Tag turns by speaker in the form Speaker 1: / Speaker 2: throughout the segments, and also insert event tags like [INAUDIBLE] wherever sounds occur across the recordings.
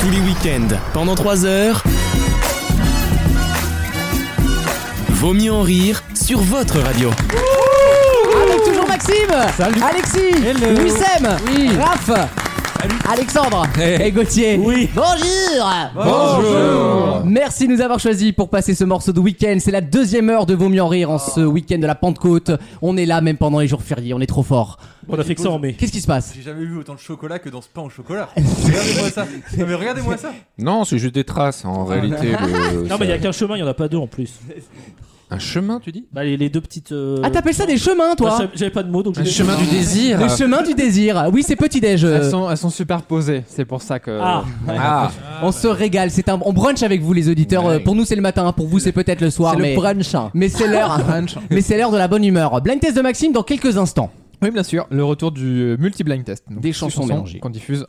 Speaker 1: Tous les week-ends, pendant 3 heures. Vaut mieux en rire sur votre radio.
Speaker 2: Avec toujours Maxime,
Speaker 3: Salut.
Speaker 2: Alexis,
Speaker 3: Hello.
Speaker 2: Wissem,
Speaker 3: Oui.
Speaker 2: Raph, Alexandre
Speaker 3: Hey.
Speaker 2: et Gauthier.
Speaker 3: Oui.
Speaker 2: Bonjour.
Speaker 3: Bonjour.
Speaker 2: Merci de nous avoir choisis pour passer ce morceau de week-end. C'est la deuxième heure de Vaut mieux en rire en ce week-end de la Pentecôte. On est là même pendant les jours fériés, on est trop fort.
Speaker 3: On a fait que ça en mai.
Speaker 2: Qu'est-ce qui se passe
Speaker 4: J'ai jamais vu autant de chocolat que dans ce pain au chocolat. [LAUGHS] Regardez-moi ça. Non, mais regardez-moi ça.
Speaker 5: Non, c'est juste des traces en
Speaker 6: Ah.
Speaker 5: réalité.
Speaker 6: [LAUGHS]
Speaker 5: le-
Speaker 7: Non, mais il n'y a qu'un chemin, il n'y en a pas deux en plus.
Speaker 5: Un chemin, tu dis
Speaker 7: Bah, les, les deux petites. euh,
Speaker 2: Ah t'appelles ça des chemins
Speaker 7: bah,
Speaker 2: toi
Speaker 7: ça- J'avais pas de mots donc
Speaker 5: Un
Speaker 7: je-
Speaker 5: chemin du désir
Speaker 2: Les chemins du désir. Oui c'est euh, petit déj.
Speaker 6: Elles sont, elles sont superposées, c'est pour ça que.
Speaker 7: Ah,
Speaker 5: Ah,
Speaker 2: On bah, se régale, c'est un on brunch avec vous les auditeurs.
Speaker 5: Ouais.
Speaker 2: Euh, Pour nous c'est le matin, pour vous c'est peut-être le soir.
Speaker 6: C'est le
Speaker 2: mais... brunch.
Speaker 8: hein.
Speaker 2: Mais c'est
Speaker 8: [LAUGHS]
Speaker 2: l'heure. mais c'est l'heure de la bonne humeur. Blind test de Maxime dans quelques instants.
Speaker 6: Oui, bien sûr, le retour du euh, multi-blind test. Donc,
Speaker 2: Des
Speaker 6: six
Speaker 2: chansons mélangées.
Speaker 6: qu'on diffuse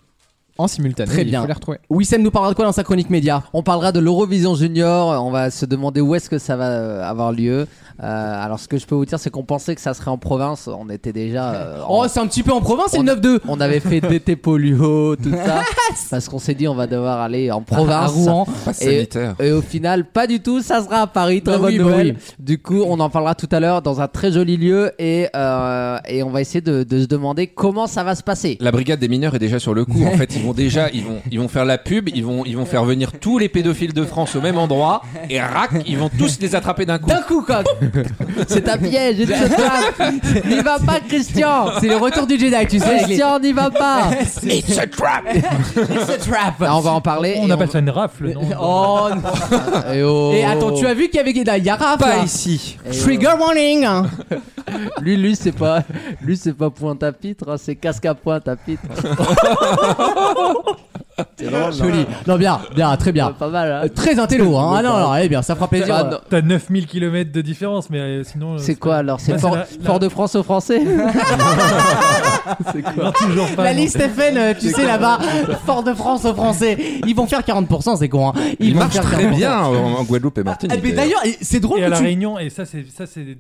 Speaker 6: en simultané.
Speaker 2: Très
Speaker 6: il
Speaker 2: bien.
Speaker 6: faut les retrouver.
Speaker 2: Wissem nous parlera de quoi dans sa chronique média
Speaker 8: On parlera de l'Eurovision Junior, on va se demander où est-ce que ça va euh, avoir lieu. Euh, alors ce que je peux vous dire c'est qu'on pensait que ça serait en province, on était
Speaker 2: [LAUGHS]
Speaker 8: déjà... euh, en-
Speaker 2: Oh, c'est un petit peu en province, c'est
Speaker 8: on-
Speaker 2: le 9-2.
Speaker 8: On avait fait DT Polio, tout
Speaker 2: [LAUGHS]
Speaker 8: ça, parce qu'on s'est dit on va devoir aller en province.
Speaker 2: À Rouen.
Speaker 5: pas
Speaker 8: Et-
Speaker 5: sanitaire.
Speaker 8: Et au final, pas du tout, ça sera à Paris, très
Speaker 2: Bah
Speaker 8: bonne
Speaker 2: oui, bah
Speaker 8: nouvelle. Du coup, on en parlera tout à l'heure dans un très joli lieu et, euh, et on va essayer de, de se demander comment ça va se passer.
Speaker 5: La brigade des mineurs est déjà sur le coup. En fait, ils vont déjà, ils vont, ils vont faire la pub, ils vont, ils vont faire venir tous les pédophiles de France au même endroit et rac, ils vont tous les attraper d'un coup.
Speaker 2: D'un coup, quoi.
Speaker 8: [LAUGHS] C'est un piège, je te trappe. N'y va pas, Christian
Speaker 2: C'est le retour du Jedi, tu sais. avec les-
Speaker 8: Christian, n'y
Speaker 2: [LAUGHS]
Speaker 8: va pas
Speaker 5: It's a trap.
Speaker 8: Là, on va en parler.
Speaker 9: On
Speaker 8: et
Speaker 9: appelle ça une rafle, non
Speaker 2: Oh,
Speaker 8: on- Et, oh.
Speaker 2: Et attends, tu as vu qu'il y avait là, il y a Raph, là.
Speaker 5: Pas ici.
Speaker 8: Et oh.
Speaker 2: Trigger warning. hein.
Speaker 8: Lui, lui, c'est pas, lui, c'est pas pointe à pitre, hein, c'est casque à pointe à pitre.
Speaker 2: Ah,
Speaker 8: c'est drôle, hein.
Speaker 2: Joli. Non, bien, bien, très bien.
Speaker 8: Pas mal. hein.
Speaker 2: Euh, Très intello, hein. Ah non, non, eh bien, ça fera plaisir.
Speaker 8: Ah, non.
Speaker 9: T'as 9000 km de différence, mais euh, sinon. euh,
Speaker 8: C'est quoi alors C'est
Speaker 9: Bah,
Speaker 8: fort,
Speaker 9: c'est la- la-
Speaker 8: Fort de France
Speaker 2: [LAUGHS]
Speaker 8: aux Français [LAUGHS]
Speaker 9: Non, toujours pas.
Speaker 2: La
Speaker 9: non.
Speaker 2: liste FN, euh, tu sais là-bas, [LAUGHS] Fort de France aux Français, ils vont faire 40%, c'est con. Hein.
Speaker 5: Ils,
Speaker 2: vont
Speaker 5: marchent
Speaker 2: faire
Speaker 5: très
Speaker 2: 40%.
Speaker 5: bien en, en Guadeloupe et Martinique.
Speaker 2: Ah, mais d'ailleurs, et c'est drôle
Speaker 9: Et à
Speaker 2: que
Speaker 9: La
Speaker 2: tu-
Speaker 9: Réunion, et ça, c'est ça, c'est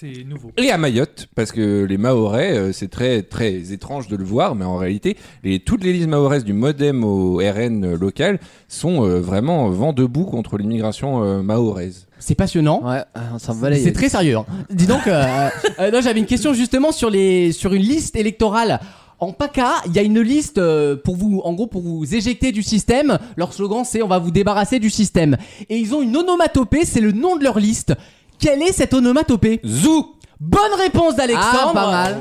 Speaker 9: c'est nouveau.
Speaker 5: Et à Mayotte, parce que les Mahorais, euh, c'est très très étrange de le voir, mais en réalité, les, toutes les listes mahoraises du MoDem au RN local sont euh, vraiment vent debout contre l'immigration euh, mahoraise.
Speaker 2: C'est passionnant.
Speaker 8: Ouais, on s'en
Speaker 2: Mais C'est très sérieux. hein. Dis donc, euh, euh, non, j'avais une question justement sur les sur une liste électorale. En PACA, il y a une liste euh, pour vous, en gros, pour vous éjecter du système. Leur slogan, c'est on va vous débarrasser du système. Et ils ont une onomatopée, c'est le nom de leur liste. Quelle est cette onomatopée
Speaker 5: Zou
Speaker 2: Bonne réponse d'Alexandre.
Speaker 8: Ah, pas mal.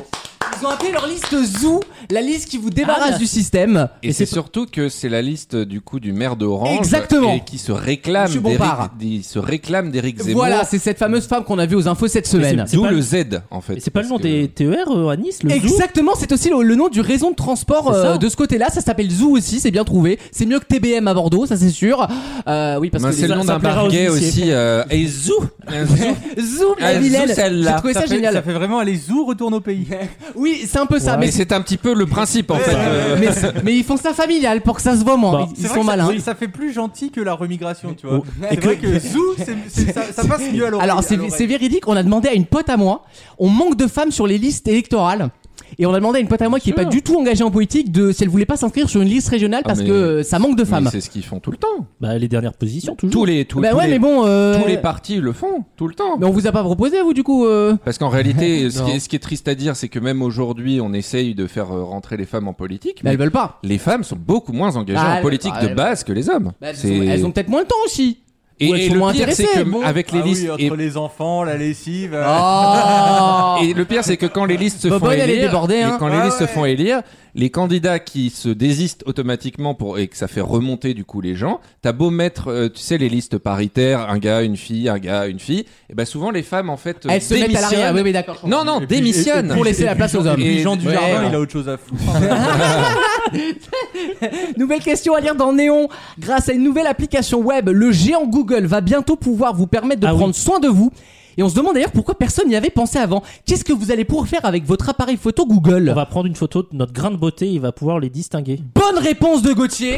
Speaker 2: Ils ont appelé leur liste Zoo, la liste qui vous débarrasse du système.
Speaker 5: Et, c'est surtout que c'est la liste du coup du maire d'Orange
Speaker 2: Exactement.
Speaker 5: et qui se réclame
Speaker 2: Monsieur Bompard.
Speaker 5: d'Éric- d'il- se réclame d'Éric Zemmour.
Speaker 2: Voilà, c'est cette fameuse femme qu'on a vue aux infos cette semaine.
Speaker 7: c'est
Speaker 5: D'où
Speaker 7: pas
Speaker 5: le
Speaker 7: le-
Speaker 5: Z en fait.
Speaker 7: Mais c'est pas le
Speaker 5: parce
Speaker 7: nom
Speaker 5: que-
Speaker 7: des TER euh, à Nice, le zoo
Speaker 2: Exactement, c'est aussi le, le nom du réseau de transport
Speaker 7: C'est ça.
Speaker 2: euh, de ce côté-là. Ça s'appelle Zoo aussi, c'est bien trouvé. C'est mieux que TBM à Bordeaux, ça c'est sûr. Euh, oui, parce
Speaker 5: Ben,
Speaker 2: que
Speaker 5: c'est
Speaker 2: les-
Speaker 5: le nom
Speaker 7: ça
Speaker 5: d'un
Speaker 7: plaira
Speaker 5: bar
Speaker 7: aux
Speaker 5: gay
Speaker 7: huissiers.
Speaker 5: aussi. euh, et Zou Un Zou
Speaker 2: Zoo, la
Speaker 5: Ah,
Speaker 2: vilaine.
Speaker 5: Zou,
Speaker 2: J'ai
Speaker 5: celle-là.
Speaker 2: trouvé ça,
Speaker 4: fait,
Speaker 2: génial.
Speaker 4: ça fait vraiment aller zou, retourne au pays.
Speaker 2: Oui, c'est un peu ça.
Speaker 5: Mais
Speaker 2: Mais,
Speaker 5: c'est un petit peu le principe en fait. euh,
Speaker 2: mais c'est- mais ils font ça familial pour que ça se voit moins.
Speaker 7: Bah,
Speaker 2: Ils-
Speaker 4: C'est
Speaker 2: ils
Speaker 4: vrai
Speaker 2: sont
Speaker 4: que ça-
Speaker 2: malins.
Speaker 4: Ça, fait plus gentil que la remigration, tu vois.
Speaker 7: Oh.
Speaker 4: C'est
Speaker 7: Et
Speaker 4: vrai que zou, c'est- c'est- ça, ça passe mieux à l'oreille.
Speaker 2: Alors c'est
Speaker 4: à l'oreille.
Speaker 2: c'est véridique, on a demandé à une pote à moi, on manque de femmes sur les listes électorales. Et on a demandé à une pote à moi qui est pas du tout engagée en politique de si elle voulait pas s'inscrire sur une liste régionale
Speaker 5: Ah,
Speaker 2: parce
Speaker 5: mais-
Speaker 2: que euh, ça manque de
Speaker 5: mais
Speaker 2: femmes.
Speaker 5: c'est ce qu'ils font tout le temps.
Speaker 7: Bah, les dernières positions, toujours.
Speaker 5: Tous les tous,
Speaker 2: Bah
Speaker 5: tous
Speaker 2: ouais,
Speaker 5: les-
Speaker 2: mais bon. euh,
Speaker 5: tous les partis le font tout le temps.
Speaker 2: Mais on vous a pas proposé vous du coup. euh,
Speaker 5: Parce
Speaker 2: [LAUGHS]
Speaker 5: qu'en réalité, ce, qui
Speaker 2: Non.
Speaker 5: est, ce qui est triste à dire, c'est que même aujourd'hui, on essaye de faire euh, rentrer les femmes en politique,
Speaker 2: bah,
Speaker 5: mais
Speaker 2: elles veulent pas.
Speaker 5: les femmes sont beaucoup moins engagées
Speaker 2: Ah,
Speaker 5: en
Speaker 2: elles-
Speaker 5: politique
Speaker 2: bah,
Speaker 5: de
Speaker 2: elles-
Speaker 5: base que les hommes.
Speaker 2: Bah, elles,
Speaker 5: C'est-
Speaker 2: ont, elles ont peut-être moins le temps aussi.
Speaker 5: et,
Speaker 2: ou elles
Speaker 5: et
Speaker 2: sont moins
Speaker 5: le pire, c'est
Speaker 2: intéressées,
Speaker 5: que
Speaker 2: bon.
Speaker 5: avec les
Speaker 4: Ah
Speaker 5: listes,
Speaker 4: oui, entre
Speaker 5: et,
Speaker 4: les enfants, la lessive.
Speaker 2: Ah,
Speaker 4: euh,
Speaker 2: Oh
Speaker 5: et le pire, c'est que quand les listes se font
Speaker 2: Bobonne, elle est
Speaker 5: élire,
Speaker 2: débordée, hein.
Speaker 5: et quand les
Speaker 4: Ah
Speaker 5: listes
Speaker 4: ouais.
Speaker 5: se font élire, les candidats qui se désistent automatiquement pour et que ça fait remonter du coup les gens, t'as beau mettre, euh, tu sais, les listes paritaires, un gars, une fille, un gars, une fille, et ben souvent les femmes en fait
Speaker 2: Elles se mettent à l'arrière.
Speaker 5: démissionnent.
Speaker 2: Oui, oui, d'accord. je comprends.
Speaker 5: Non, non,
Speaker 4: et puis- et- et
Speaker 5: démissionnent.
Speaker 4: puis-
Speaker 2: Pour laisser
Speaker 4: et
Speaker 2: la
Speaker 4: puis
Speaker 2: place
Speaker 4: Jean-
Speaker 2: aux hommes.
Speaker 4: Et puis Jean du
Speaker 5: Ouais,
Speaker 4: Jardin,
Speaker 5: voilà.
Speaker 4: il a autre chose à foutre.
Speaker 2: [LAUGHS] Nouvelle question à lire dans Néon. Grâce à une nouvelle application web, le géant Google va bientôt pouvoir vous permettre de
Speaker 7: Ah oui.
Speaker 2: prendre soin de vous. Et on se demande d'ailleurs pourquoi personne n'y avait pensé avant. Qu'est-ce que vous allez pouvoir faire avec votre appareil photo Google
Speaker 9: Bah.
Speaker 7: On va prendre une photo de notre grain de beauté, il va pouvoir les distinguer.
Speaker 2: Bonne réponse de Gauthier.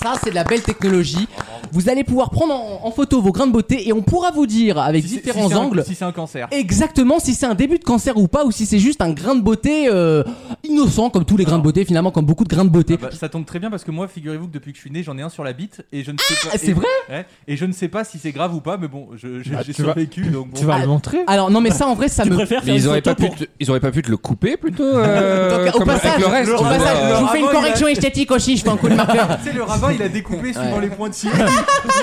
Speaker 2: Ça, c'est de la belle technologie. Vous allez pouvoir prendre en, en photo vos grains de beauté et on pourra vous dire avec
Speaker 4: Si c'est-
Speaker 2: différents
Speaker 4: si c'est un-
Speaker 2: angles
Speaker 4: Si c'est un cancer.
Speaker 2: exactement si c'est un début de cancer ou pas ou si c'est juste un grain de beauté euh, innocent comme tous les grains de beauté finalement comme beaucoup de grains de beauté.
Speaker 4: Ah bah, ça tombe très bien parce que moi, figurez-vous que depuis que je suis né, j'en ai un sur la bite et je ne sais pas. et-
Speaker 2: Ah, c'est vrai
Speaker 4: ouais, Et je ne sais pas si c'est grave ou pas, mais bon, je- je-
Speaker 6: Ah,
Speaker 4: j'ai
Speaker 6: tu vas-
Speaker 4: survécu donc bon.
Speaker 6: Tu vas
Speaker 2: Ah,
Speaker 6: le montrer
Speaker 2: Alors non mais ça en vrai ça
Speaker 7: Tu
Speaker 2: me
Speaker 7: préfères
Speaker 5: Mais
Speaker 7: faire une
Speaker 5: ils auraient,
Speaker 7: photo
Speaker 5: pas pu
Speaker 7: pour...
Speaker 5: te- ils auraient pas pu te le
Speaker 2: [LAUGHS]
Speaker 5: couper plutôt euh,
Speaker 2: Donc, au
Speaker 5: comme
Speaker 2: passage,
Speaker 5: avec le reste.
Speaker 4: au
Speaker 5: tu vois,
Speaker 4: passage,
Speaker 5: euh,
Speaker 2: je vous fais une
Speaker 4: Avant,
Speaker 2: correction
Speaker 4: il a-
Speaker 2: esthétique aussi, je fais un coup de marqueur.
Speaker 4: [LAUGHS] Tu sais, le rabbin, il a découpé suivant
Speaker 2: Ouais.
Speaker 4: les points de scie.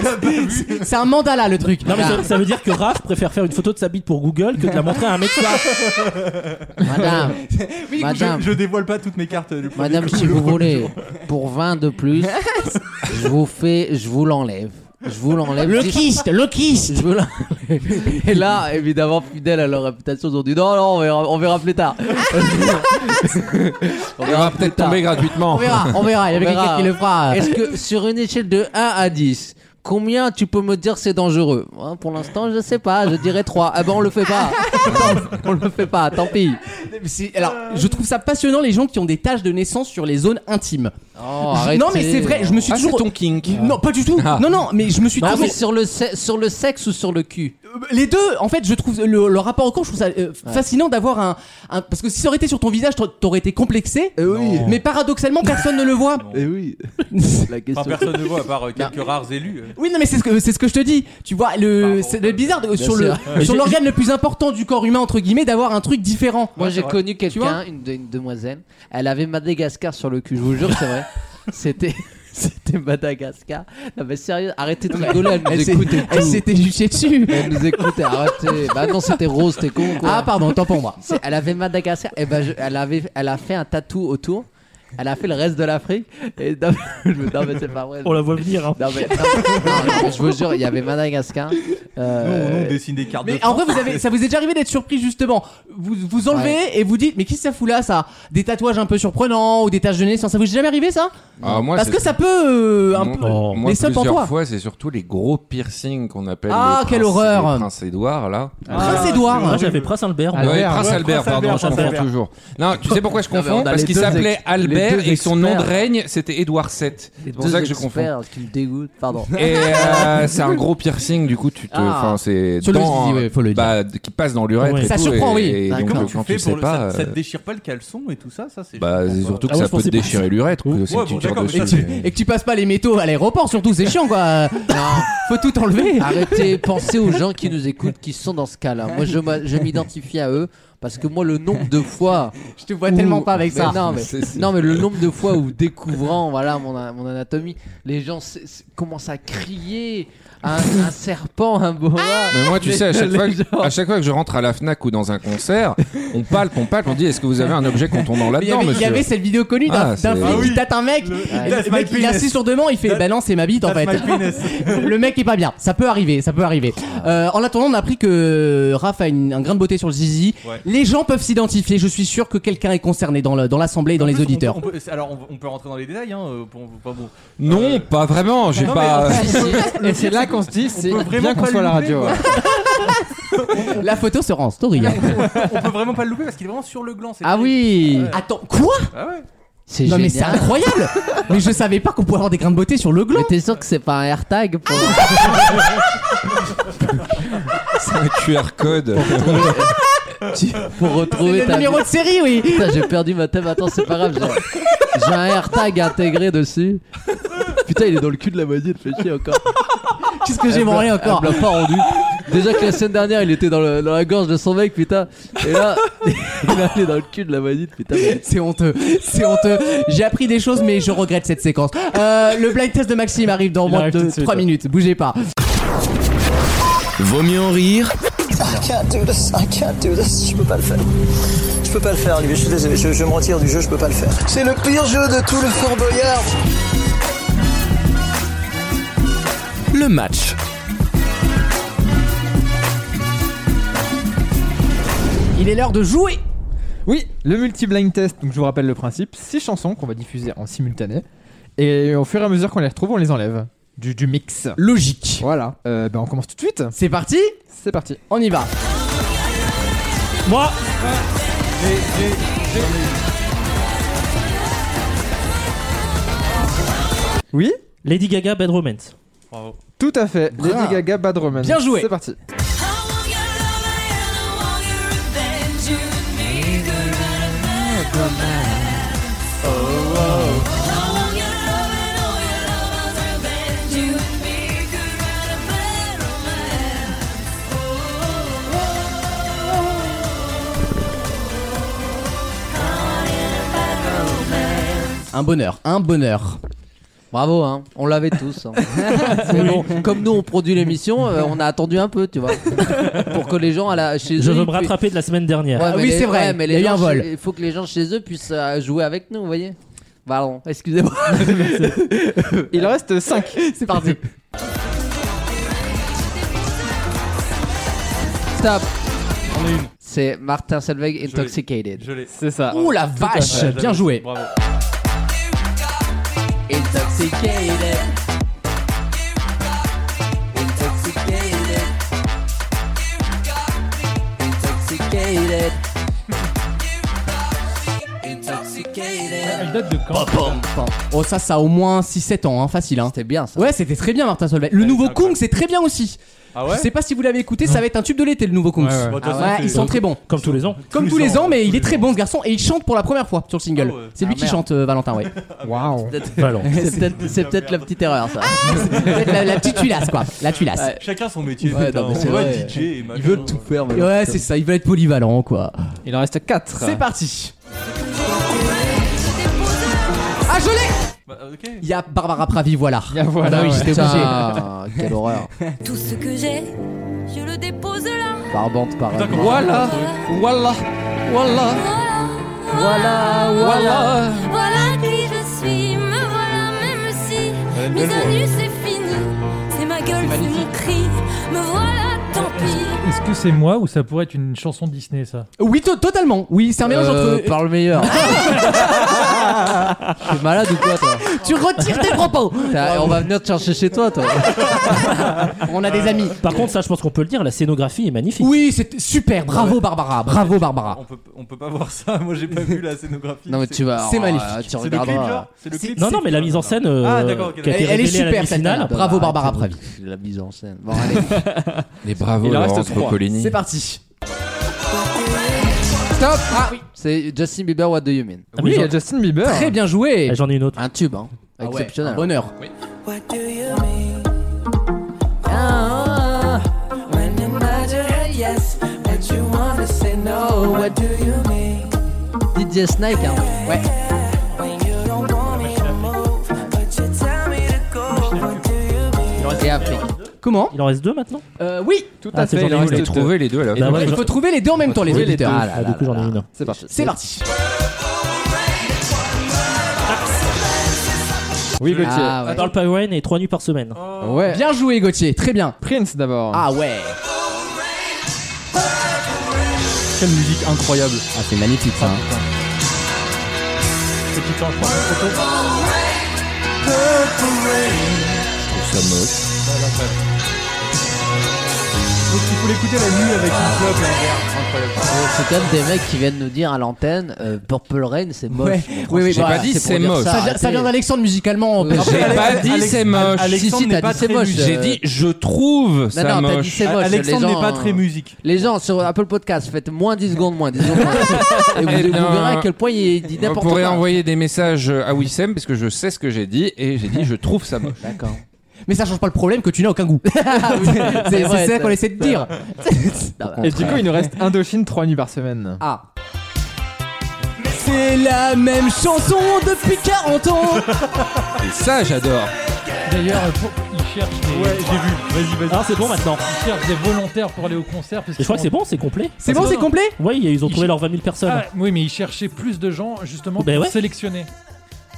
Speaker 4: Il a bien vu.
Speaker 2: C'est un mandala le truc.
Speaker 7: Non mais
Speaker 5: Ah.
Speaker 2: Voilà.
Speaker 7: ça, ça veut dire que Raph préfère faire une photo de sa bite pour Google que de la montrer à un médecin.
Speaker 9: [LAUGHS]
Speaker 8: Madame,
Speaker 4: Oui,
Speaker 8: Madame.
Speaker 4: Je, je dévoile pas toutes mes cartes. euh, le premier
Speaker 8: madame,
Speaker 4: coup,
Speaker 8: si
Speaker 4: le
Speaker 8: vous
Speaker 4: premier
Speaker 8: voulez,
Speaker 4: jour.
Speaker 8: pour 20 de [LAUGHS] plus, je vous fais, je vous l'enlève. Je vous l'enlève.
Speaker 2: Le
Speaker 8: Si-
Speaker 2: kyste, le kyste.
Speaker 8: Je vous l'enlève. Et là, évidemment, fidèle à leur réputation, ils ont dit non, non, on verra, [LAUGHS] on verra plus tard.
Speaker 5: On
Speaker 8: Ah,
Speaker 5: va peut-être tomber gratuitement.
Speaker 2: On verra, on verra, il y avait
Speaker 8: On verra.
Speaker 2: quelqu'un qui le fera.
Speaker 8: Est-ce que [LAUGHS] sur une échelle de 1 à 10, combien tu peux me dire c'est dangereux Hein, Pour l'instant, je sais pas, je dirais 3. Ah ben on le fait [LAUGHS] pas. Tant- on le fait pas, tant pis.
Speaker 2: C'est- Alors, je trouve ça passionnant les gens qui ont des taches de naissance sur les zones intimes.
Speaker 8: Oh,
Speaker 2: Je- non mais
Speaker 8: arrêtez.
Speaker 2: c'est vrai, je me suis
Speaker 5: Ah, c'est
Speaker 2: toujours
Speaker 5: ton kink.
Speaker 2: [LAUGHS] Non, pas du tout.
Speaker 5: Ah.
Speaker 2: Non non, mais je me suis
Speaker 8: Non,
Speaker 2: toujours
Speaker 8: Bah, mais sur le, se- sur le sexe ou sur le cul
Speaker 2: Euh, les deux en fait, je trouve le, le rapport au corps, je trouve ça euh, fascinant d'avoir un, un- parce que si ça aurait été sur ton visage, t'a- t'aurais été complexé.
Speaker 6: oui.
Speaker 5: Oh.
Speaker 2: Mais paradoxalement, personne ne le voit.
Speaker 6: Eh
Speaker 8: [LAUGHS]
Speaker 6: oui. La question.
Speaker 4: Enfin, personne ne voit à part euh, quelques rares élus. euh.
Speaker 2: Oui, non, mais c'est ce que c'est ce que je te dis. Tu vois, le
Speaker 4: Pardon.
Speaker 2: c'est bizarre de- sur le
Speaker 8: sûr.
Speaker 2: sur l'organe le plus important du corps humain entre guillemets d'avoir un truc différent.
Speaker 8: Moi, j'ai
Speaker 4: c'est
Speaker 8: connu quelqu'un,
Speaker 2: vois
Speaker 8: une, de- une demoiselle, elle avait Madagascar sur le cul, je vous jure,
Speaker 2: [LAUGHS]
Speaker 8: c'est vrai. C'était. C'était Madagascar. Non, mais sérieux, arrêtez de rigoler,
Speaker 5: Ah,
Speaker 8: elle
Speaker 2: Elle
Speaker 8: nous
Speaker 2: s'est-
Speaker 8: écoute et
Speaker 2: elle
Speaker 8: tout.
Speaker 2: s'était juchée dessus.
Speaker 8: Elle nous écoute, arrêtez. Bah non, c'était rose, t'es con quoi.
Speaker 2: Ah pardon, tant pour moi.
Speaker 8: C'est- Elle avait Madagascar, et ben je- elle, avait, elle a fait un tatou autour, elle a fait le reste de l'Afrique, et non, [LAUGHS] je me non, mais c'est pas vrai.
Speaker 2: Oh
Speaker 7: On la voit venir. hein.
Speaker 8: Non, mais, non, non, mais je vous jure, il y avait Madagascar.
Speaker 4: Nous, on on
Speaker 8: euh,
Speaker 4: dessine des cartes.
Speaker 2: Mais
Speaker 4: de
Speaker 2: en vrai, vous avez, ça vous est déjà arrivé d'être surpris justement. Vous vous enlevez et vous dites, mais qui ça fout là ça Des tatouages un peu surprenants ou des taches de naissance, ça vous est jamais arrivé ça
Speaker 5: Ah, moi,
Speaker 2: Parce
Speaker 5: c'est-
Speaker 2: que ça peut euh, un
Speaker 5: moi,
Speaker 2: peu.
Speaker 5: moi,
Speaker 2: mais seul pour
Speaker 5: plusieurs
Speaker 2: toi.
Speaker 5: fois, c'est surtout les gros piercings qu'on appelle
Speaker 2: Ah,
Speaker 5: les
Speaker 2: quelle
Speaker 5: princes-
Speaker 2: horreur.
Speaker 5: les Prince Édouard, là. Ah,
Speaker 2: Prince
Speaker 7: Moi
Speaker 2: Édouard.
Speaker 7: j'avais Prince Albert.
Speaker 5: Ouais,
Speaker 6: Albert,
Speaker 5: Prince
Speaker 6: ouais,
Speaker 5: Albert,
Speaker 7: Prince
Speaker 5: pardon,
Speaker 7: Albert,
Speaker 5: je
Speaker 7: Prince
Speaker 5: confonds
Speaker 7: Albert.
Speaker 5: toujours. Non, tu sais pourquoi je
Speaker 8: Non, mais on
Speaker 5: confonds
Speaker 8: a
Speaker 5: Parce
Speaker 8: les
Speaker 5: qu'il
Speaker 8: deux
Speaker 5: s'appelait
Speaker 8: ex- les
Speaker 5: Albert
Speaker 8: deux
Speaker 5: et son nom de
Speaker 8: experts.
Speaker 5: règne, c'était Édouard VII. C'est pour
Speaker 8: deux
Speaker 5: ça que je confonds.
Speaker 8: experts qui me dégoûtent,
Speaker 2: [LAUGHS]
Speaker 8: pardon.
Speaker 5: Et euh, c'est un gros piercing, du coup, tu te.
Speaker 8: Ah.
Speaker 5: Enfin, c'est.
Speaker 2: Sur le
Speaker 5: dans-
Speaker 2: zizi, ouais, faut le dire.
Speaker 5: bah, qui passe dans l'urètre.
Speaker 7: Ouais.
Speaker 5: et
Speaker 2: Ça
Speaker 5: tout,
Speaker 2: surprend,
Speaker 5: et-
Speaker 2: oui.
Speaker 5: Et
Speaker 8: D'accord.
Speaker 5: donc,
Speaker 4: Comment
Speaker 5: quand
Speaker 4: tu
Speaker 5: tu
Speaker 4: fais
Speaker 5: sais
Speaker 4: pour le-
Speaker 5: pas.
Speaker 4: ça, ça te
Speaker 5: euh,
Speaker 4: déchire pas le caleçon et tout ça, ça c'est.
Speaker 5: Bah, c'est surtout que
Speaker 7: Ah ouais,
Speaker 5: ça
Speaker 7: je
Speaker 5: peut te
Speaker 7: pensais pas.
Speaker 5: déchirer l'urètre, quoi, aussi,
Speaker 4: Ouais,
Speaker 5: que tu
Speaker 4: bon,
Speaker 5: tires
Speaker 4: d'accord, mais
Speaker 5: dessus.
Speaker 4: ça, c'est-
Speaker 2: Et que tu passes pas les métaux à l'aéroport, surtout, c'est chiant quoi.
Speaker 8: Non,
Speaker 2: Faut tout enlever.
Speaker 5: Ah,
Speaker 8: arrêtez, pensez aux gens qui nous écoutent, qui sont dans ce cas-là. Moi, je m'a- je m'identifie à eux, parce que moi, le nombre de fois.
Speaker 2: Je te vois tellement pas avec
Speaker 8: Mais
Speaker 2: ça.
Speaker 8: Non mais, non, mais le nombre de fois où découvrant voilà mon, a- mon anatomie, les gens s- s- commencent à crier un, un serpent, un boa.
Speaker 5: Mais moi, tu
Speaker 8: Les-
Speaker 5: sais, à chaque,
Speaker 8: les
Speaker 5: fois
Speaker 8: gens.
Speaker 5: que, à chaque fois que je rentre à la Fnac ou dans un concert, on palpe, on palpe, on dit est-ce que vous avez un objet qu'on tombe dans
Speaker 2: Mais Il y, avait,
Speaker 5: là-dedans,
Speaker 2: il y
Speaker 5: monsieur
Speaker 2: avait cette vidéo connue d'un d'un
Speaker 5: Ah, c'est-
Speaker 2: flic
Speaker 5: Ah
Speaker 2: qui tâte un mec.
Speaker 4: Le-
Speaker 2: et
Speaker 4: That's
Speaker 2: Ah, le
Speaker 4: my
Speaker 2: mec il
Speaker 4: penis.
Speaker 2: insiste sur deux mains, il fait
Speaker 4: That-
Speaker 2: bah non, c'est ma bite en
Speaker 4: That's
Speaker 2: fait.
Speaker 4: my penis.
Speaker 2: [LAUGHS] le mec est pas bien. Ça peut arriver, ça peut arriver. Euh, en attendant, on a appris que Raph a une- un grain de beauté sur le zizi.
Speaker 4: Ouais.
Speaker 2: Les gens peuvent s'identifier. Je suis sûr que quelqu'un est concerné dans le- dans l'assemblée et dans
Speaker 4: En
Speaker 2: les
Speaker 4: plus, on
Speaker 2: auditeurs.
Speaker 4: peut- on peut- c'est- alors, on, on peut rentrer dans les détails. Hein, euh, pour- pour- pas bon.
Speaker 5: Non, pas vraiment, j'ai
Speaker 4: Non,
Speaker 5: pas. [LAUGHS]
Speaker 4: mais-
Speaker 6: Si, si. Et c'est là qu'on se dit, c'est
Speaker 4: peut vraiment
Speaker 6: bien qu'on
Speaker 4: pas
Speaker 6: soit à la
Speaker 4: le louper,
Speaker 6: radio.
Speaker 4: quoi.
Speaker 6: ouais.
Speaker 2: La photo sera en story.
Speaker 4: [LAUGHS]
Speaker 2: hein.
Speaker 4: on peut vraiment pas le louper parce qu'il est vraiment sur le gland. c'est
Speaker 8: Ah
Speaker 4: terrible.
Speaker 8: oui,
Speaker 4: Ouais.
Speaker 2: Attends, quoi
Speaker 4: Ah ouais.
Speaker 8: c'est
Speaker 2: Non mais c'est
Speaker 8: génial.
Speaker 2: incroyable. mais je savais pas qu'on pouvait avoir des grains de beauté sur le gland.
Speaker 8: Mais t'es sûr que c'est pas un AirTag pour
Speaker 2: Ah
Speaker 5: C'est un QR code.
Speaker 8: tu- pour retrouver
Speaker 2: Le
Speaker 8: ta
Speaker 2: numéro
Speaker 8: vie.
Speaker 2: de série, oui.
Speaker 8: Putain, j'ai perdu ma thème. Attends, c'est pas grave. j'ai- J'ai un AirTag intégré dessus. Putain, il est dans le cul de la moitié de chier encore.
Speaker 2: Qu'est-ce que j'ai
Speaker 8: Elle me-
Speaker 2: branlé encore
Speaker 8: Elle me [LAUGHS] l'a pas rendu. Déjà que la semaine dernière, il était dans, le- dans la gorge de son mec, putain. Et là, [LAUGHS] il a allé dans le cul de la manite, putain. mais-
Speaker 2: C'est honteux, c'est honteux. J'ai appris des choses, mais je regrette cette séquence. Euh, le blind test de Maxime arrive dans moins
Speaker 6: arrive tout
Speaker 2: de
Speaker 6: de suite,
Speaker 2: 3
Speaker 6: hein.
Speaker 2: minutes. Bougez pas.
Speaker 1: Vaut mieux en rire
Speaker 10: I can't do this, I can't do this, je peux pas le faire. Je peux pas le faire, Olivier, je suis désolé, je, je me retire du jeu, je peux pas le faire. C'est le pire jeu de tout le Fort Boyard.
Speaker 1: le match.
Speaker 2: Il est l'heure de jouer.
Speaker 6: Oui, le multi-blind test. Donc je vous rappelle le principe six chansons qu'on va diffuser en simultané. Et au fur et à mesure qu'on les retrouve, on les enlève du, du mix.
Speaker 2: Logique.
Speaker 6: Voilà. Euh, ben on commence tout de suite.
Speaker 2: C'est parti,
Speaker 6: C'est parti.
Speaker 2: on y va.
Speaker 7: Moi,
Speaker 6: Oui
Speaker 7: Lady Gaga, Bad Romance.
Speaker 9: Bravo.
Speaker 6: Tout à fait.
Speaker 2: Bien.
Speaker 6: [LAUGHS] Lady Gaga, Bad Romance.
Speaker 2: Bien joué.
Speaker 6: C'est parti.
Speaker 2: Un bonheur, un bonheur.
Speaker 8: Bravo, hein. on l'avait tous. hein. Mais bon, comme nous on produit l'émission, euh, on a attendu un peu, tu vois, pour que les gens à la chez
Speaker 7: Je
Speaker 8: eux,
Speaker 7: veux
Speaker 8: ils
Speaker 7: me
Speaker 8: puissent-
Speaker 7: rattraper de la semaine dernière.
Speaker 8: Ouais,
Speaker 2: Ah
Speaker 8: mais
Speaker 2: oui,
Speaker 8: les-
Speaker 2: c'est vrai,
Speaker 8: ouais, mais
Speaker 2: il y a
Speaker 8: les
Speaker 2: eu un
Speaker 8: gens
Speaker 2: vol.
Speaker 8: chez- Il faut que les gens chez eux puissent euh, jouer avec nous, vous voyez. Pardon, excusez-moi.
Speaker 6: Il reste 5.
Speaker 2: [LAUGHS] C'est parti.
Speaker 6: [LAUGHS]
Speaker 8: Stop.
Speaker 4: J'en ai une.
Speaker 8: C'est Martin Solveig
Speaker 4: l'ai.
Speaker 8: Intoxicated.
Speaker 4: Je l'ai.
Speaker 6: C'est ça.
Speaker 2: Ouh la vache,
Speaker 4: Ouais,
Speaker 2: Ah, bien joué.
Speaker 4: Bravo.
Speaker 8: Intoxicated. Intoxicated. Intoxicated. Intoxicated.
Speaker 9: Elle date de quand
Speaker 2: Oh ça ça a au moins 6-7 ans, hein, facile hein.
Speaker 8: C'était bien ça.
Speaker 2: Ouais c'était très bien Martin Solveig. Le nouveau
Speaker 4: incroyable.
Speaker 2: Kung c'est très bien aussi.
Speaker 4: Ah ouais
Speaker 2: Je sais pas si vous l'avez écouté, ça va être un tube de l'été le nouveau Kung.
Speaker 6: Ouais, ouais.
Speaker 4: Bon, de toute
Speaker 8: Ah
Speaker 4: façon,
Speaker 2: Ouais,
Speaker 4: c'est-
Speaker 2: ils sont très bons.
Speaker 7: Comme tous les
Speaker 9: [LAUGHS]
Speaker 7: ans.
Speaker 2: Comme
Speaker 4: Tous
Speaker 2: tous les ans, mais
Speaker 4: tous
Speaker 2: il
Speaker 4: les
Speaker 2: est très
Speaker 4: ans.
Speaker 2: bon ce garçon et il chante pour la première fois sur le single.
Speaker 4: Ah ouais.
Speaker 2: C'est lui
Speaker 8: Ah,
Speaker 2: qui
Speaker 8: merde.
Speaker 2: chante euh, Valentin,
Speaker 4: [LAUGHS]
Speaker 2: ouais.
Speaker 6: Waouh.
Speaker 7: Valent.
Speaker 8: C'est peut-être c'est peut-être la petite erreur ça.
Speaker 2: Peut-être [LAUGHS] la, la petite tulasse quoi, la tulasse.
Speaker 8: Ouais.
Speaker 4: Chacun son métier.
Speaker 8: Ouais,
Speaker 4: putain,
Speaker 8: non, mais
Speaker 4: on
Speaker 8: c'est
Speaker 4: va
Speaker 8: vrai.
Speaker 4: être DJ et machin.
Speaker 8: Ils veulent tout faire. mais-
Speaker 2: Ouais, c'est ça, il veut être polyvalent quoi.
Speaker 6: Il en reste 4.
Speaker 2: C'est parti. Ah je l'ai
Speaker 4: Bah, ok.
Speaker 2: Il y a Barbara Pravi, voilà.
Speaker 6: Il y a voilà,
Speaker 2: Ah bah oui,
Speaker 6: ouais.
Speaker 2: j'étais obligé.
Speaker 8: Putain, quelle horreur.
Speaker 11: [LAUGHS] Tout ce que j'ai, je le dépose là.
Speaker 8: Barbante par
Speaker 4: Putain, comment
Speaker 8: Voilà, voilà, voilà, voilà, voilà.
Speaker 11: Voilà qui je suis, me voilà même si
Speaker 4: Euh,
Speaker 11: mise à nu c'est fini. C'est ma gueule, c'est mon cri, me voilà tant pis.
Speaker 9: Est-ce que c'est moi ou ça pourrait être une chanson Disney ça
Speaker 2: Oui, to- totalement. Oui, c'est un mélange
Speaker 8: Euh,
Speaker 2: entre.
Speaker 8: Par le meilleur. T'es malade ou quoi toi
Speaker 2: Tu retires tes propos.
Speaker 8: T'as- On va venir te chercher chez toi toi.
Speaker 2: On a des amis.
Speaker 7: Par contre, ça, je pense qu'on peut le dire, la scénographie est magnifique.
Speaker 2: Euh, Oui, c'est super. Bravo Barbara. Bravo Barbara.
Speaker 4: On peut, on peut pas voir ça, [LAUGHS] moi j'ai pas vu la scénographie.
Speaker 8: Ah. Non mais
Speaker 4: C'est-
Speaker 8: tu vas.
Speaker 2: c'est
Speaker 8: oh,
Speaker 2: magnifique.
Speaker 8: Tu
Speaker 4: C'est le clip,
Speaker 8: regarderas.
Speaker 4: genre C'est le clip
Speaker 7: Non, non, mais la mise en scène euh,
Speaker 4: Ah, d'accord, ok,
Speaker 7: qui a été
Speaker 2: Elle- elle est
Speaker 7: révélée à la
Speaker 2: super, cette
Speaker 7: finale.
Speaker 2: nana. Bravo, Barbara
Speaker 8: Arrête,
Speaker 2: Pravi.
Speaker 8: La mise en scène. Bon allez.
Speaker 5: Les bravos,
Speaker 6: Il en reste
Speaker 5: Laurence
Speaker 6: trois.
Speaker 5: Boccolini.
Speaker 2: C'est parti.
Speaker 8: Stop. Ah oui. C'est Justin Bieber What Do You Mean.
Speaker 7: Ah, mais
Speaker 6: Oui, il y
Speaker 7: j'en-
Speaker 6: a Justin Bieber.
Speaker 2: Très bien joué.
Speaker 8: Ah,
Speaker 7: eh, J'en ai une autre.
Speaker 8: Un tube hein.
Speaker 2: Ah ouais,
Speaker 8: Exceptionnel.
Speaker 2: un bonheur.
Speaker 11: What do you mean? Ah, when you nod your head yes, but you wanna say no. What do you mean?
Speaker 8: DJ Snake hein.
Speaker 2: Ouais.
Speaker 11: When you don't want me to move, but you tell me to go. What do you mean?
Speaker 8: Et après.
Speaker 2: Comment
Speaker 7: Il en reste deux maintenant
Speaker 2: Euh, Oui.
Speaker 6: Tout
Speaker 7: Ah,
Speaker 6: à
Speaker 7: c'est
Speaker 6: fait. Il
Speaker 7: Jean-Louis
Speaker 6: en
Speaker 5: Je l'ai
Speaker 6: reste deux.
Speaker 5: trouvé les deux à la
Speaker 7: Bah
Speaker 5: fin.
Speaker 7: ouais,
Speaker 2: Il
Speaker 7: j'en-
Speaker 2: faut trouver les deux en même temps, les
Speaker 6: trouver les
Speaker 2: auditeurs.
Speaker 6: deux.
Speaker 2: Ah là
Speaker 7: ah,
Speaker 2: là.
Speaker 7: du coup, j'en ai une.
Speaker 6: C'est parti.
Speaker 2: C'est parti.
Speaker 6: Oui, Gauthier.
Speaker 8: Ah ouais.
Speaker 7: Dans le Powerline et trois nuits par semaine.
Speaker 9: Oh.
Speaker 6: Ouais.
Speaker 2: Bien joué Gauthier. Très bien.
Speaker 6: Prince d'abord.
Speaker 2: Ah ouais.
Speaker 6: quelle musique incroyable.
Speaker 2: Ah c'est magnifique ça. hein.
Speaker 9: C'est qui change pas
Speaker 4: Donc il faut l'écouter la nuit avec une clope et un verre. Incroyable.
Speaker 8: Euh, C'est comme des mecs qui viennent nous dire à l'antenne euh, Purple Rain c'est moche.
Speaker 2: Ouais.
Speaker 8: Franchement,
Speaker 2: Oui, oui,
Speaker 5: J'ai
Speaker 2: voilà,
Speaker 5: pas dit
Speaker 8: bah, c'est
Speaker 5: c'est
Speaker 8: pour dire
Speaker 5: moche.
Speaker 2: Ça, vient- ça vient d'Alexandre musicalement.
Speaker 8: Oui.
Speaker 5: J'ai
Speaker 8: Alex-
Speaker 5: pas dit c'est moche.
Speaker 8: Alexandre
Speaker 4: Alexandre
Speaker 8: n'est
Speaker 4: n'est
Speaker 8: pas
Speaker 4: pas
Speaker 8: très
Speaker 4: très
Speaker 8: moche.
Speaker 4: musique.
Speaker 5: J'ai
Speaker 8: euh,
Speaker 5: dit je trouve
Speaker 8: Non,
Speaker 5: ça
Speaker 8: non, t'as dit
Speaker 5: moche.
Speaker 8: c'est moche.
Speaker 4: Alexandre
Speaker 8: Les gens,
Speaker 4: n'est pas très
Speaker 8: euh,
Speaker 9: hein.
Speaker 4: musique.
Speaker 8: Les gens sur Apple Podcast, faites moins 10 secondes, moins 10 secondes. moins.
Speaker 5: Eh
Speaker 8: et vous, vous
Speaker 5: bien,
Speaker 8: verrez à quel point il dit
Speaker 5: On
Speaker 8: n'importe
Speaker 5: pourrait
Speaker 8: quoi.
Speaker 5: envoyer des messages à Wissem parce que je sais ce que j'ai dit et j'ai dit je trouve ça moche.
Speaker 8: D'accord.
Speaker 2: Mais ça change pas le problème que tu n'as aucun goût. C'est-
Speaker 8: C'est vrai,
Speaker 2: C'est ça
Speaker 8: ça.
Speaker 2: qu'on essaie de dire. [LAUGHS]
Speaker 8: Non, bah,
Speaker 6: Et du coup, il nous reste Indochine 3 nuits par semaine.
Speaker 2: Ah. C'est la même chanson depuis 40 ans.
Speaker 5: Et ça j'adore.
Speaker 9: D'ailleurs, euh, pour- ils cherchent
Speaker 8: hein.
Speaker 9: des.
Speaker 4: Ouais, j'ai vu. Vas-y, vas-y.
Speaker 7: Alors, Ah, c'est bon maintenant.
Speaker 9: Ils cherchent des volontaires pour aller au concert. Parce
Speaker 7: Je crois que c'est bon, c'est complet.
Speaker 2: C'est bon, c'est complet
Speaker 7: Oui, ils ont trouvé leurs 20 000 personnes.
Speaker 9: Ah, oui, mais ils cherchaient plus de gens justement
Speaker 7: Ben
Speaker 9: pour
Speaker 7: ouais.
Speaker 9: sélectionner.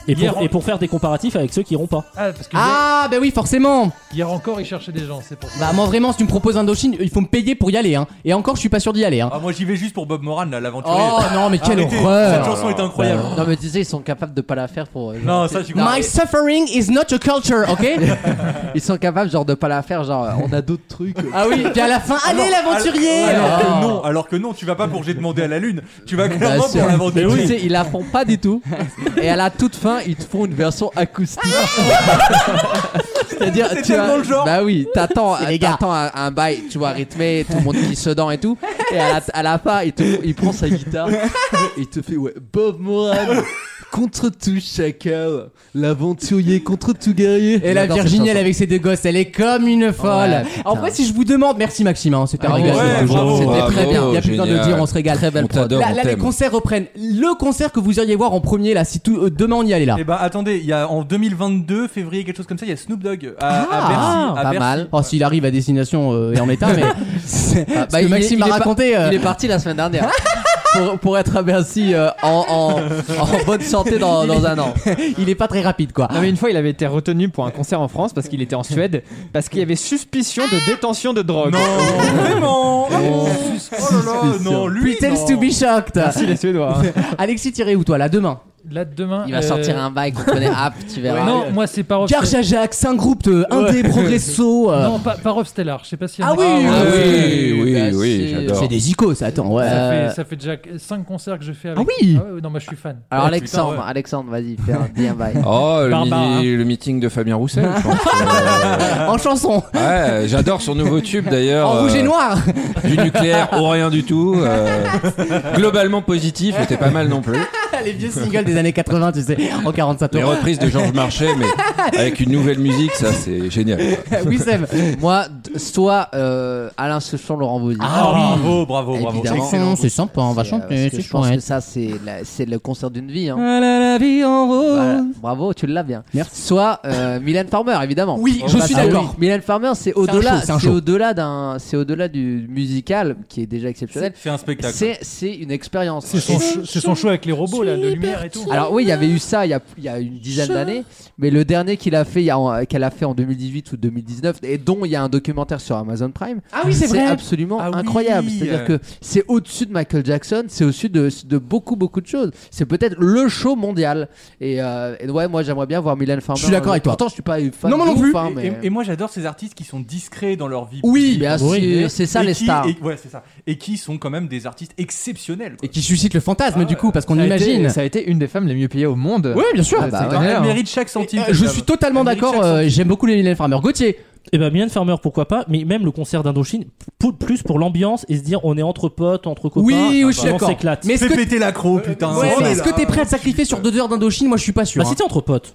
Speaker 7: et, pour,
Speaker 9: hier-
Speaker 7: et pour faire des comparatifs avec ceux qui iront pas.
Speaker 9: Ah, parce que
Speaker 2: Ah bah oui, forcément.
Speaker 9: hier, hier encore, ils cherchaient des gens, c'est pour ça.
Speaker 2: Bah moi vraiment, si tu me proposes Indochine, il faut me payer pour y aller. Hein. Et encore, je suis pas sûr d'y aller. Hein.
Speaker 4: Ah, moi j'y vais juste pour Bob Moran, là, l'aventurier. Ah,
Speaker 2: Oh non, mais quelle
Speaker 4: Arrêtez, Cette
Speaker 2: horreur.
Speaker 4: chanson est incroyable.
Speaker 8: Non, mais tu sais, ils sont capables de pas la faire pour. euh, genre,
Speaker 4: Non, ça, je suis content.
Speaker 2: My suffering is not a culture, ok
Speaker 8: Ils sont capables, genre, de pas la faire, genre, euh, on a d'autres trucs.
Speaker 2: [LAUGHS] Ah oui, puis à la fin, allez
Speaker 4: Alors-
Speaker 2: l'aventurier
Speaker 4: Alors
Speaker 2: Oh.
Speaker 8: Ah.
Speaker 4: que ah non, alors que non, tu vas pas pour j'ai demandé à la lune. Tu vas clairement
Speaker 8: Bah, c'est-
Speaker 4: pour
Speaker 8: Mais
Speaker 4: l'aventure.
Speaker 8: tu sais, ils la font pas du tout. Et à la toute fin, fin, ils te font une version acoustique.
Speaker 2: [LAUGHS]
Speaker 8: C'est-à-dire,
Speaker 2: C'est
Speaker 8: tu
Speaker 2: tellement
Speaker 8: as-
Speaker 2: le genre.
Speaker 8: Bah oui, t'attends, t'attends un, un bail, tu vois, rythmé, tout le monde qui se dent et tout. Et à la, à la fin, il, te- il prend sa guitare et il te fait, ouais, Bob Moran. Contre tout chacal, l'aventurier contre tout guerrier.
Speaker 2: Et la
Speaker 8: J'adore cette
Speaker 2: Virginie,
Speaker 8: chanson.
Speaker 2: elle avec ses deux gosses, elle est comme une folle.
Speaker 8: Ouais, putain.
Speaker 2: en vrai, si je vous demande, merci Maxime, hein, c'était un
Speaker 8: Ah,
Speaker 2: régal.
Speaker 8: ouais,
Speaker 2: c'était
Speaker 8: bravo,
Speaker 2: toujours- c'était
Speaker 8: bravo,
Speaker 2: très bien. Il y a plus besoin de le
Speaker 8: génial.
Speaker 2: dire, on se régale.
Speaker 8: Très belle
Speaker 2: On
Speaker 8: prod.
Speaker 2: t'adore, Là,
Speaker 8: on
Speaker 2: là, les
Speaker 8: t'aime.
Speaker 2: concerts reprennent. Le concert que vous iriez voir en premier, là, si tout, euh, demain on y allait là.
Speaker 4: Et bah attendez, il y a en 2022, février, quelque chose comme ça, il y a Snoop Dogg euh, à, à
Speaker 2: Ah,
Speaker 4: Bercy. à
Speaker 2: pas
Speaker 4: Bercy.
Speaker 2: mal. Oh, s'il arrive à destination euh, et en état,
Speaker 8: [LAUGHS]
Speaker 2: mais. c'est-
Speaker 8: Ah,
Speaker 2: ce
Speaker 8: bah,
Speaker 2: que
Speaker 8: il est-
Speaker 2: Maxime
Speaker 8: il
Speaker 2: a
Speaker 8: est pas-
Speaker 2: raconté. euh,
Speaker 8: Il est parti la semaine dernière. pour, pour être à Bercy euh, en, en-
Speaker 2: [LAUGHS]
Speaker 8: en bonne santé dans, dans un an.
Speaker 2: il est pas très rapide quoi.
Speaker 6: Non mais une fois il avait été retenu pour un concert en France parce qu'il était en Suède parce qu'il y avait suspicion de détention de drogue.
Speaker 4: Non, vraiment Oh là là, non, lui
Speaker 2: Pretends
Speaker 4: non.
Speaker 2: to be shocked.
Speaker 6: Merci les Suédois.
Speaker 2: [LAUGHS] Alexis, tirez où toi là demain
Speaker 9: Là, demain.
Speaker 8: Il va sortir un bail qu'on connaît. Ah, tu verras.
Speaker 9: Non, moi, c'est Parov.
Speaker 2: Garge à Jacques, c'est un groupe de indé progresso. euh,
Speaker 9: Non, pas Parov Stellar. Je sais pas si.
Speaker 2: Ah oui,
Speaker 5: Ah
Speaker 2: oui,
Speaker 5: oui, oui, oui, j'adore.
Speaker 2: C'est des icônes, ça, attends. Ouais.
Speaker 9: Ça
Speaker 2: Euh,
Speaker 9: fait, ça fait déjà 5 concerts que je fais avec.
Speaker 2: Ah oui
Speaker 9: ouais, Non, moi je suis fan.
Speaker 8: Alors,
Speaker 4: Ouais,
Speaker 8: Alexandre,
Speaker 4: putain, ouais.
Speaker 8: Alexandre, vas-y, fais un, dis
Speaker 2: [LAUGHS]
Speaker 8: un bail.
Speaker 5: Oh, le,
Speaker 9: Barbara,
Speaker 5: mi- le meeting de Fabien Roussel, je pense.
Speaker 2: [LAUGHS]
Speaker 5: Euh,
Speaker 2: En chanson,
Speaker 5: ouais, j'adore son nouveau tube d'ailleurs.
Speaker 2: en rouge et
Speaker 5: euh,
Speaker 2: noir. [LAUGHS]
Speaker 5: Du nucléaire ou rien du tout. euh, globalement positif, mais t'es pas mal non plus.
Speaker 2: Les vieux singles des années 80, tu sais, en 45
Speaker 5: Les
Speaker 2: tours.
Speaker 5: reprises de Georges Marchais, mais avec une nouvelle musique, ça c'est génial.
Speaker 2: oui, Seb.
Speaker 8: Moi, d- soit euh, Alain Souchon, Laurent Voulzy.
Speaker 4: Ah, bravo, bravo, bravo.
Speaker 8: Évidemment.
Speaker 2: Excellent, c'est sympa, on va
Speaker 8: C'est, euh,
Speaker 2: chanter,
Speaker 8: parce que
Speaker 2: c'est
Speaker 8: je pense que
Speaker 2: chouette. Ah
Speaker 8: ça, c'est, la- c'est le concert d'une vie. hein.
Speaker 2: la vie en
Speaker 8: Voilà. Bravo, tu l'as bien.
Speaker 2: Merci.
Speaker 8: Soit euh, Mylène Farmer, évidemment.
Speaker 2: Oui, je suis
Speaker 8: Ah oui,
Speaker 2: d'accord.
Speaker 8: Mylène Farmer, c'est
Speaker 2: un show,
Speaker 8: au-delà,
Speaker 2: c'est un
Speaker 8: c'est
Speaker 2: show.
Speaker 8: au-delà d'un, c'est au-delà du musical qui est déjà exceptionnel.
Speaker 4: C'est un spectacle.
Speaker 8: C'est, c'est une expérience.
Speaker 9: C'est son,
Speaker 8: Et-
Speaker 9: show- c'est son show avec les robots, là, de lumière et tout. Ah,
Speaker 8: Alors oui, il y avait eu ça il y a, il y a une dizaine d'années, mais le dernier qu'il a fait, il y a- qu'elle a fait en 2018 ou 2019, et dont il y a un documentaire sur Amazon Prime.
Speaker 2: Ah oui, c'est vrai.
Speaker 8: absolument
Speaker 4: Ah oui.
Speaker 8: incroyable. C'est-à-dire que c'est au-dessus de Michael Jackson, c'est au-dessus de, de beaucoup beaucoup de choses. C'est peut-être le show mondial. Et, euh, et ouais, moi j'aimerais bien voir Mylène Farmer.
Speaker 2: Je suis d'accord avec toi.
Speaker 8: Pourtant, je suis pas fan.
Speaker 2: Non, moi
Speaker 8: de
Speaker 2: non
Speaker 8: ouf,
Speaker 2: plus.
Speaker 8: hein,
Speaker 4: Et,
Speaker 8: mais...
Speaker 4: et moi j'adore ces artistes qui sont discrets dans leur vie.
Speaker 8: oui, bien sûr,
Speaker 4: Oui.
Speaker 8: c'est ça
Speaker 4: Et
Speaker 8: les
Speaker 4: qui-
Speaker 8: stars.
Speaker 4: et- ouais, c'est ça. Et qui sont quand même des artistes exceptionnels. quoi.
Speaker 2: Et qui suscite le fantasme,
Speaker 4: Ah,
Speaker 2: du coup, parce qu'on
Speaker 6: Ça a été-
Speaker 2: imagine.
Speaker 6: ça a été une des femmes les mieux payées au monde.
Speaker 2: Oui, bien sûr.
Speaker 6: Ah bah,
Speaker 8: Cette
Speaker 6: ouais.
Speaker 4: Elle
Speaker 6: Alors,
Speaker 4: mérite chaque centime.
Speaker 2: Euh,
Speaker 4: cette
Speaker 2: je
Speaker 4: dame.
Speaker 2: suis totalement
Speaker 4: Dominique
Speaker 2: d'accord,
Speaker 4: Jackson.
Speaker 2: euh, j'aime beaucoup les Mylène Farmer. Gauthier,
Speaker 7: Et ben Mylène Farmer, pourquoi pas, mais même le concert d'Indochine, pou- plus pour l'ambiance et se dire on est entre potes, entre copains.
Speaker 2: oui, oui, je suis
Speaker 7: on
Speaker 2: d'accord.
Speaker 7: s'éclate. Ah,
Speaker 2: Mais est-ce
Speaker 4: Fais
Speaker 2: que
Speaker 4: péter l'accro, putain.
Speaker 2: Ouais,
Speaker 4: On
Speaker 2: mais
Speaker 4: est
Speaker 2: est-ce
Speaker 4: là.
Speaker 2: que t'es prêt à te sacrifier sur deux heures d'Indochine Moi, je suis pas sûr.
Speaker 7: Bah,
Speaker 2: hein.
Speaker 7: si t'es
Speaker 2: [LAUGHS]
Speaker 7: entre potes.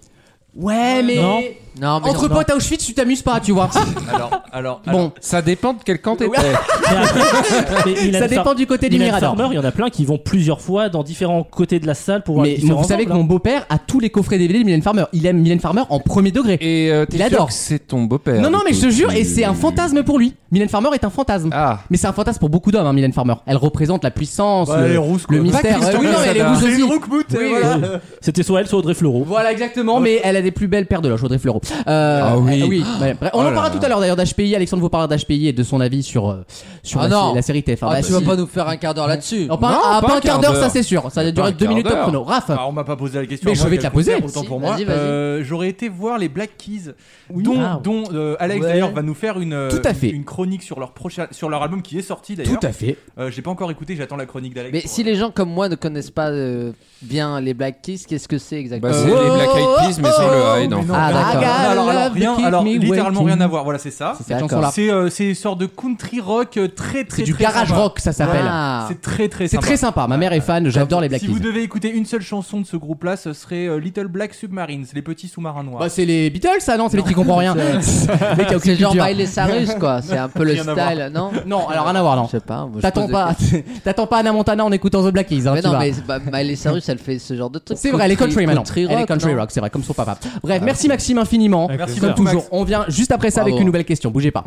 Speaker 2: Ouais, mais
Speaker 7: Non.
Speaker 8: Non, mais
Speaker 2: entre
Speaker 8: non,
Speaker 2: potes à Auschwitz, tu t'amuses pas, tu vois.
Speaker 4: Alors, alors, alors,
Speaker 2: bon,
Speaker 5: Ça dépend de quel camp t'étais.
Speaker 7: Mais après, mais Mylène
Speaker 2: ça
Speaker 7: Far-
Speaker 2: dépend du côté du
Speaker 7: Mylène
Speaker 2: Mirador.
Speaker 7: Farmer, il y en a plein qui vont plusieurs fois dans différents côtés de la salle pour voir les
Speaker 2: Mais mon-
Speaker 7: différents
Speaker 2: vous savez que
Speaker 7: angles,
Speaker 4: hein.
Speaker 2: mon beau-père a tous les coffrets DVD de Mylène Farmer. Il aime Mylène Farmer en premier degré.
Speaker 5: Et euh, t'es
Speaker 2: Il
Speaker 5: sûr
Speaker 2: adore.
Speaker 5: que c'est ton beau-père.
Speaker 2: non, non,
Speaker 5: du
Speaker 2: mais
Speaker 5: coup,
Speaker 2: je te jure,
Speaker 5: tu-
Speaker 2: et c'est un fantasme pour lui. Mylène Farmer est un fantasme.
Speaker 5: Ah,
Speaker 2: Mais c'est un fantasme pour beaucoup d'hommes, hein, Mylène Farmer. Elle représente la puissance,
Speaker 4: bah, elle est
Speaker 2: le,
Speaker 4: rousse,
Speaker 2: le
Speaker 4: quoi.
Speaker 2: mystère. Euh,
Speaker 5: Christian
Speaker 2: oui, non, mais elle est
Speaker 5: Quesada.
Speaker 2: rousse
Speaker 4: hein. C'est
Speaker 2: aussi.
Speaker 4: une roukmout, et
Speaker 2: Oui,
Speaker 4: voilà.
Speaker 7: hein. C'était soit elle, soit Audrey Fleurot.
Speaker 2: Voilà, exactement, mais elle a des plus belles paires de loches, Audrey Fleurot. Euh,
Speaker 5: Ah oui.
Speaker 2: euh, ouais, bref. On en
Speaker 5: Oh là
Speaker 2: parlera
Speaker 5: là.
Speaker 2: tout à l'heure d'ailleurs d'HPI. Alexandre vous parlera d'HPI et de son avis sur, euh, sur
Speaker 8: Ah
Speaker 2: la,
Speaker 8: non.
Speaker 2: la série TF1.
Speaker 8: Ah,
Speaker 2: Bah,
Speaker 8: tu vas
Speaker 2: si.
Speaker 8: pas nous faire un quart d'heure là-dessus.
Speaker 2: Non, pas,
Speaker 5: Non,
Speaker 2: ah,
Speaker 5: pas
Speaker 2: pas
Speaker 5: un
Speaker 2: un
Speaker 5: quart
Speaker 2: quart d'heure, ça
Speaker 5: d'heure.
Speaker 2: c'est sûr. Ça a
Speaker 5: Pas
Speaker 2: duré
Speaker 5: un
Speaker 2: 2 minutes top
Speaker 5: quart
Speaker 2: chrono. Raph,
Speaker 4: Ah, on m'a pas posé la question.
Speaker 2: Mais je
Speaker 4: Moi,
Speaker 2: vais te la
Speaker 4: quel concert,
Speaker 2: poser.
Speaker 4: Autant
Speaker 8: Si,
Speaker 4: pour moi.
Speaker 8: vas-y, vas-y.
Speaker 4: Euh, J'aurais été voir les Black Keys, dont,
Speaker 7: Ah.
Speaker 4: dont, euh, Alex
Speaker 8: Ouais.
Speaker 4: d'ailleurs va nous faire une, euh,
Speaker 2: Tout à
Speaker 4: une-
Speaker 2: fait.
Speaker 4: une chronique sur leur prochain, sur leur album qui est sorti
Speaker 2: tout
Speaker 4: d'ailleurs.
Speaker 2: à fait.
Speaker 4: Euh, J'ai pas encore écouté, j'attends la chronique d'Alex.
Speaker 8: Mais
Speaker 4: pour- euh,
Speaker 8: si les gens comme moi ne connaissent pas euh, bien les Black Keys, qu'est-ce que c'est exactement
Speaker 5: bah, c'est
Speaker 2: Oh,
Speaker 5: les Black Eyed Peas, mais sans le high, non.
Speaker 4: non,
Speaker 8: Ah,
Speaker 4: non,
Speaker 8: d'accord.
Speaker 4: non, alors, alors,
Speaker 2: bah, Love
Speaker 4: rien,
Speaker 2: to keep
Speaker 4: alors
Speaker 2: me
Speaker 4: littéralement
Speaker 2: waiting.
Speaker 4: rien à voir. Voilà, c'est ça.
Speaker 2: C'est cette
Speaker 8: D'accord.
Speaker 2: chanson-là.
Speaker 4: C'est euh, c'est une sorte de country rock euh, très très
Speaker 2: C'est du
Speaker 4: très
Speaker 2: garage
Speaker 4: sympa.
Speaker 2: rock, ça s'appelle.
Speaker 8: Ah.
Speaker 4: C'est très très
Speaker 2: C'est
Speaker 4: sympa.
Speaker 2: très sympa. Ma mère est fan. J'adore les Black
Speaker 4: si vous
Speaker 2: Keys.
Speaker 4: devez écouter une seule chanson de ce groupe-là, ce serait euh, Little Black Submarines, les petits sous-marins noirs.
Speaker 2: Bah, c'est les Beatles, ça, non C'est les qui comprend
Speaker 8: [LAUGHS]
Speaker 2: rien. [LAUGHS] Les qui a aucune
Speaker 8: C'est genre
Speaker 2: culture.
Speaker 8: Miley Cyrus quoi, c'est un peu le
Speaker 4: Rien à voir.
Speaker 8: style, non
Speaker 2: Non, alors rien à voir, non.
Speaker 8: Je sais pas. moi, je
Speaker 2: T'attends
Speaker 8: pose des
Speaker 2: pas,
Speaker 8: questions.
Speaker 2: [LAUGHS] t'attends pas Anna Montana en écoutant The Black Keys, hein,
Speaker 8: Mais
Speaker 2: tu
Speaker 8: non,
Speaker 2: vas.
Speaker 8: mais c'est pas- Miley Cyrus, elle fait ce genre de truc.
Speaker 2: C'est vrai, elle est country maintenant. elle est
Speaker 8: rock,
Speaker 2: country
Speaker 8: non
Speaker 2: rock, c'est vrai, comme son papa. Bref, merci Maxime infiniment.
Speaker 3: Avec
Speaker 4: Merci
Speaker 2: Comme
Speaker 4: beaucoup,
Speaker 2: toujours,
Speaker 4: Max.
Speaker 2: on vient juste après ça avec
Speaker 8: Bravo.
Speaker 2: une nouvelle question. Bougez pas.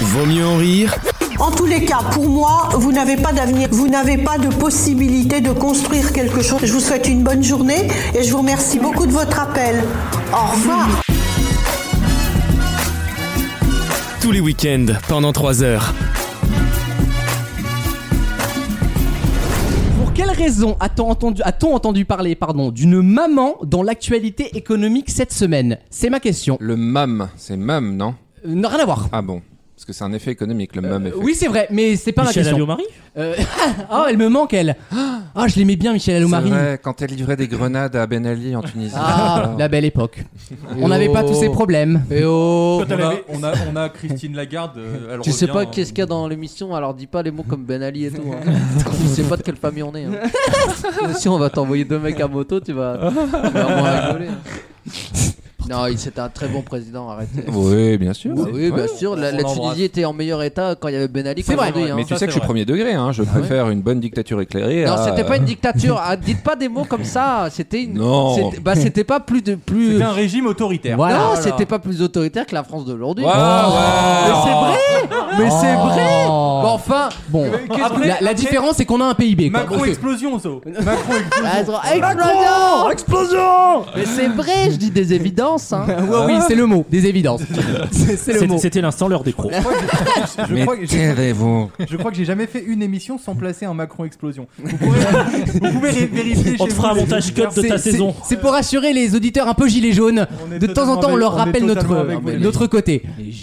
Speaker 1: Vaut mieux en rire
Speaker 12: En tous les cas, pour moi, vous n'avez pas d'avenir, vous n'avez pas de possibilité de construire quelque chose. Je vous souhaite une bonne journée et je vous remercie beaucoup de votre appel. Au revoir.
Speaker 1: tous les week-ends pendant 3 heures.
Speaker 2: Pour quelle raison a-t-on entendu, a-t-on entendu parler pardon, d'une maman dans l'actualité économique cette semaine C'est ma question.
Speaker 5: Le MAM, c'est MAM, non
Speaker 2: Euh, non, rien à voir.
Speaker 5: Ah bon. Parce que c'est un effet économique, le même effet.
Speaker 2: Euh, Oui, c'est vrai, mais c'est pas ma
Speaker 5: Michel
Speaker 2: question.
Speaker 5: Alliot-Marie
Speaker 2: Euh, Oh, elle me manque, elle. Ah, je l'aimais bien, Michel Alomari.
Speaker 5: C'est vrai, quand elle livrait des grenades à Ben Ali en Tunisie.
Speaker 2: Ah, la belle époque. On n'avait pas tous ces problèmes.
Speaker 4: on, a, on, a, on a Christine Lagarde. euh, elle
Speaker 8: Tu sais pas
Speaker 4: revient,
Speaker 8: qu'est-ce qu'il y a dans l'émission, alors dis pas les mots comme Ben Ali et tout.
Speaker 2: [LAUGHS]
Speaker 8: hein. tu sais pas de quelle famille on est. hein. si on va t'envoyer deux mecs à moto, tu vas, tu vas vraiment rigoler. hein.
Speaker 2: [LAUGHS]
Speaker 8: Non, il- c'était un très bon président, arrêtez.
Speaker 5: Oui, bien sûr.
Speaker 8: Bah oui, bien
Speaker 5: Ouais.
Speaker 8: sûr. La,
Speaker 5: On
Speaker 8: la
Speaker 5: l'embrasse.
Speaker 8: Tunisie était en meilleur état quand il y avait Ben Ali. qu'aujourd'hui, hein.
Speaker 5: Mais tu sais que je suis premier degré, hein.
Speaker 2: Ah
Speaker 5: je préfère une bonne dictature éclairée.
Speaker 8: Non,
Speaker 4: Euh,
Speaker 5: à-
Speaker 8: c'était pas une dictature. Ah, dites pas des mots comme ça. C'était une.
Speaker 5: Non.
Speaker 8: c'était- Bah, c'était pas plus de plus.
Speaker 4: C'était un régime autoritaire.
Speaker 8: Voilà. Non,
Speaker 4: Voilà.
Speaker 8: c'était pas plus autoritaire que la France d'aujourd'hui.
Speaker 4: Ouais,
Speaker 8: Mais c'est
Speaker 4: ouais.
Speaker 8: vrai. Mais c'est
Speaker 2: Oh.
Speaker 8: vrai. Bon, enfin.
Speaker 2: Bon,
Speaker 8: Euh, qu'est-ce
Speaker 2: la,
Speaker 8: que-
Speaker 2: la
Speaker 8: après-
Speaker 2: différence c'est qu'on a un PIB. quoi.
Speaker 4: Macron
Speaker 2: Parce que-
Speaker 4: explosion, ça. [LAUGHS] Macron explosion.
Speaker 8: Ah, Explosion
Speaker 4: Explosion
Speaker 8: Mais c'est vrai, je dis des évidences. Hein.
Speaker 2: Ouais, oui, c'est le mot, des évidences. C'est- c'est le
Speaker 7: C'était-
Speaker 2: mot.
Speaker 7: C'était l'instant l'heure des crocs.
Speaker 4: Je crois que- je-
Speaker 5: tairez-vous.
Speaker 4: Je crois que j'ai jamais fait une émission sans placer un Macron explosion. Vous pouvez, [LAUGHS] vous pouvez ré- vérifier.
Speaker 7: On te
Speaker 4: chez
Speaker 7: fera
Speaker 4: vous,
Speaker 7: un
Speaker 4: les
Speaker 7: montage
Speaker 4: auditeurs.
Speaker 7: cut de ta
Speaker 2: C'est-
Speaker 7: saison.
Speaker 2: C'est pour assurer les auditeurs un peu gilets jaunes.
Speaker 4: est
Speaker 2: De temps en temps, on
Speaker 4: totalement
Speaker 2: leur
Speaker 4: avec- on est
Speaker 2: rappelle
Speaker 4: totalement avec
Speaker 2: notre,
Speaker 4: vous, les
Speaker 2: notre
Speaker 4: mecs.
Speaker 2: côté.
Speaker 8: [LAUGHS]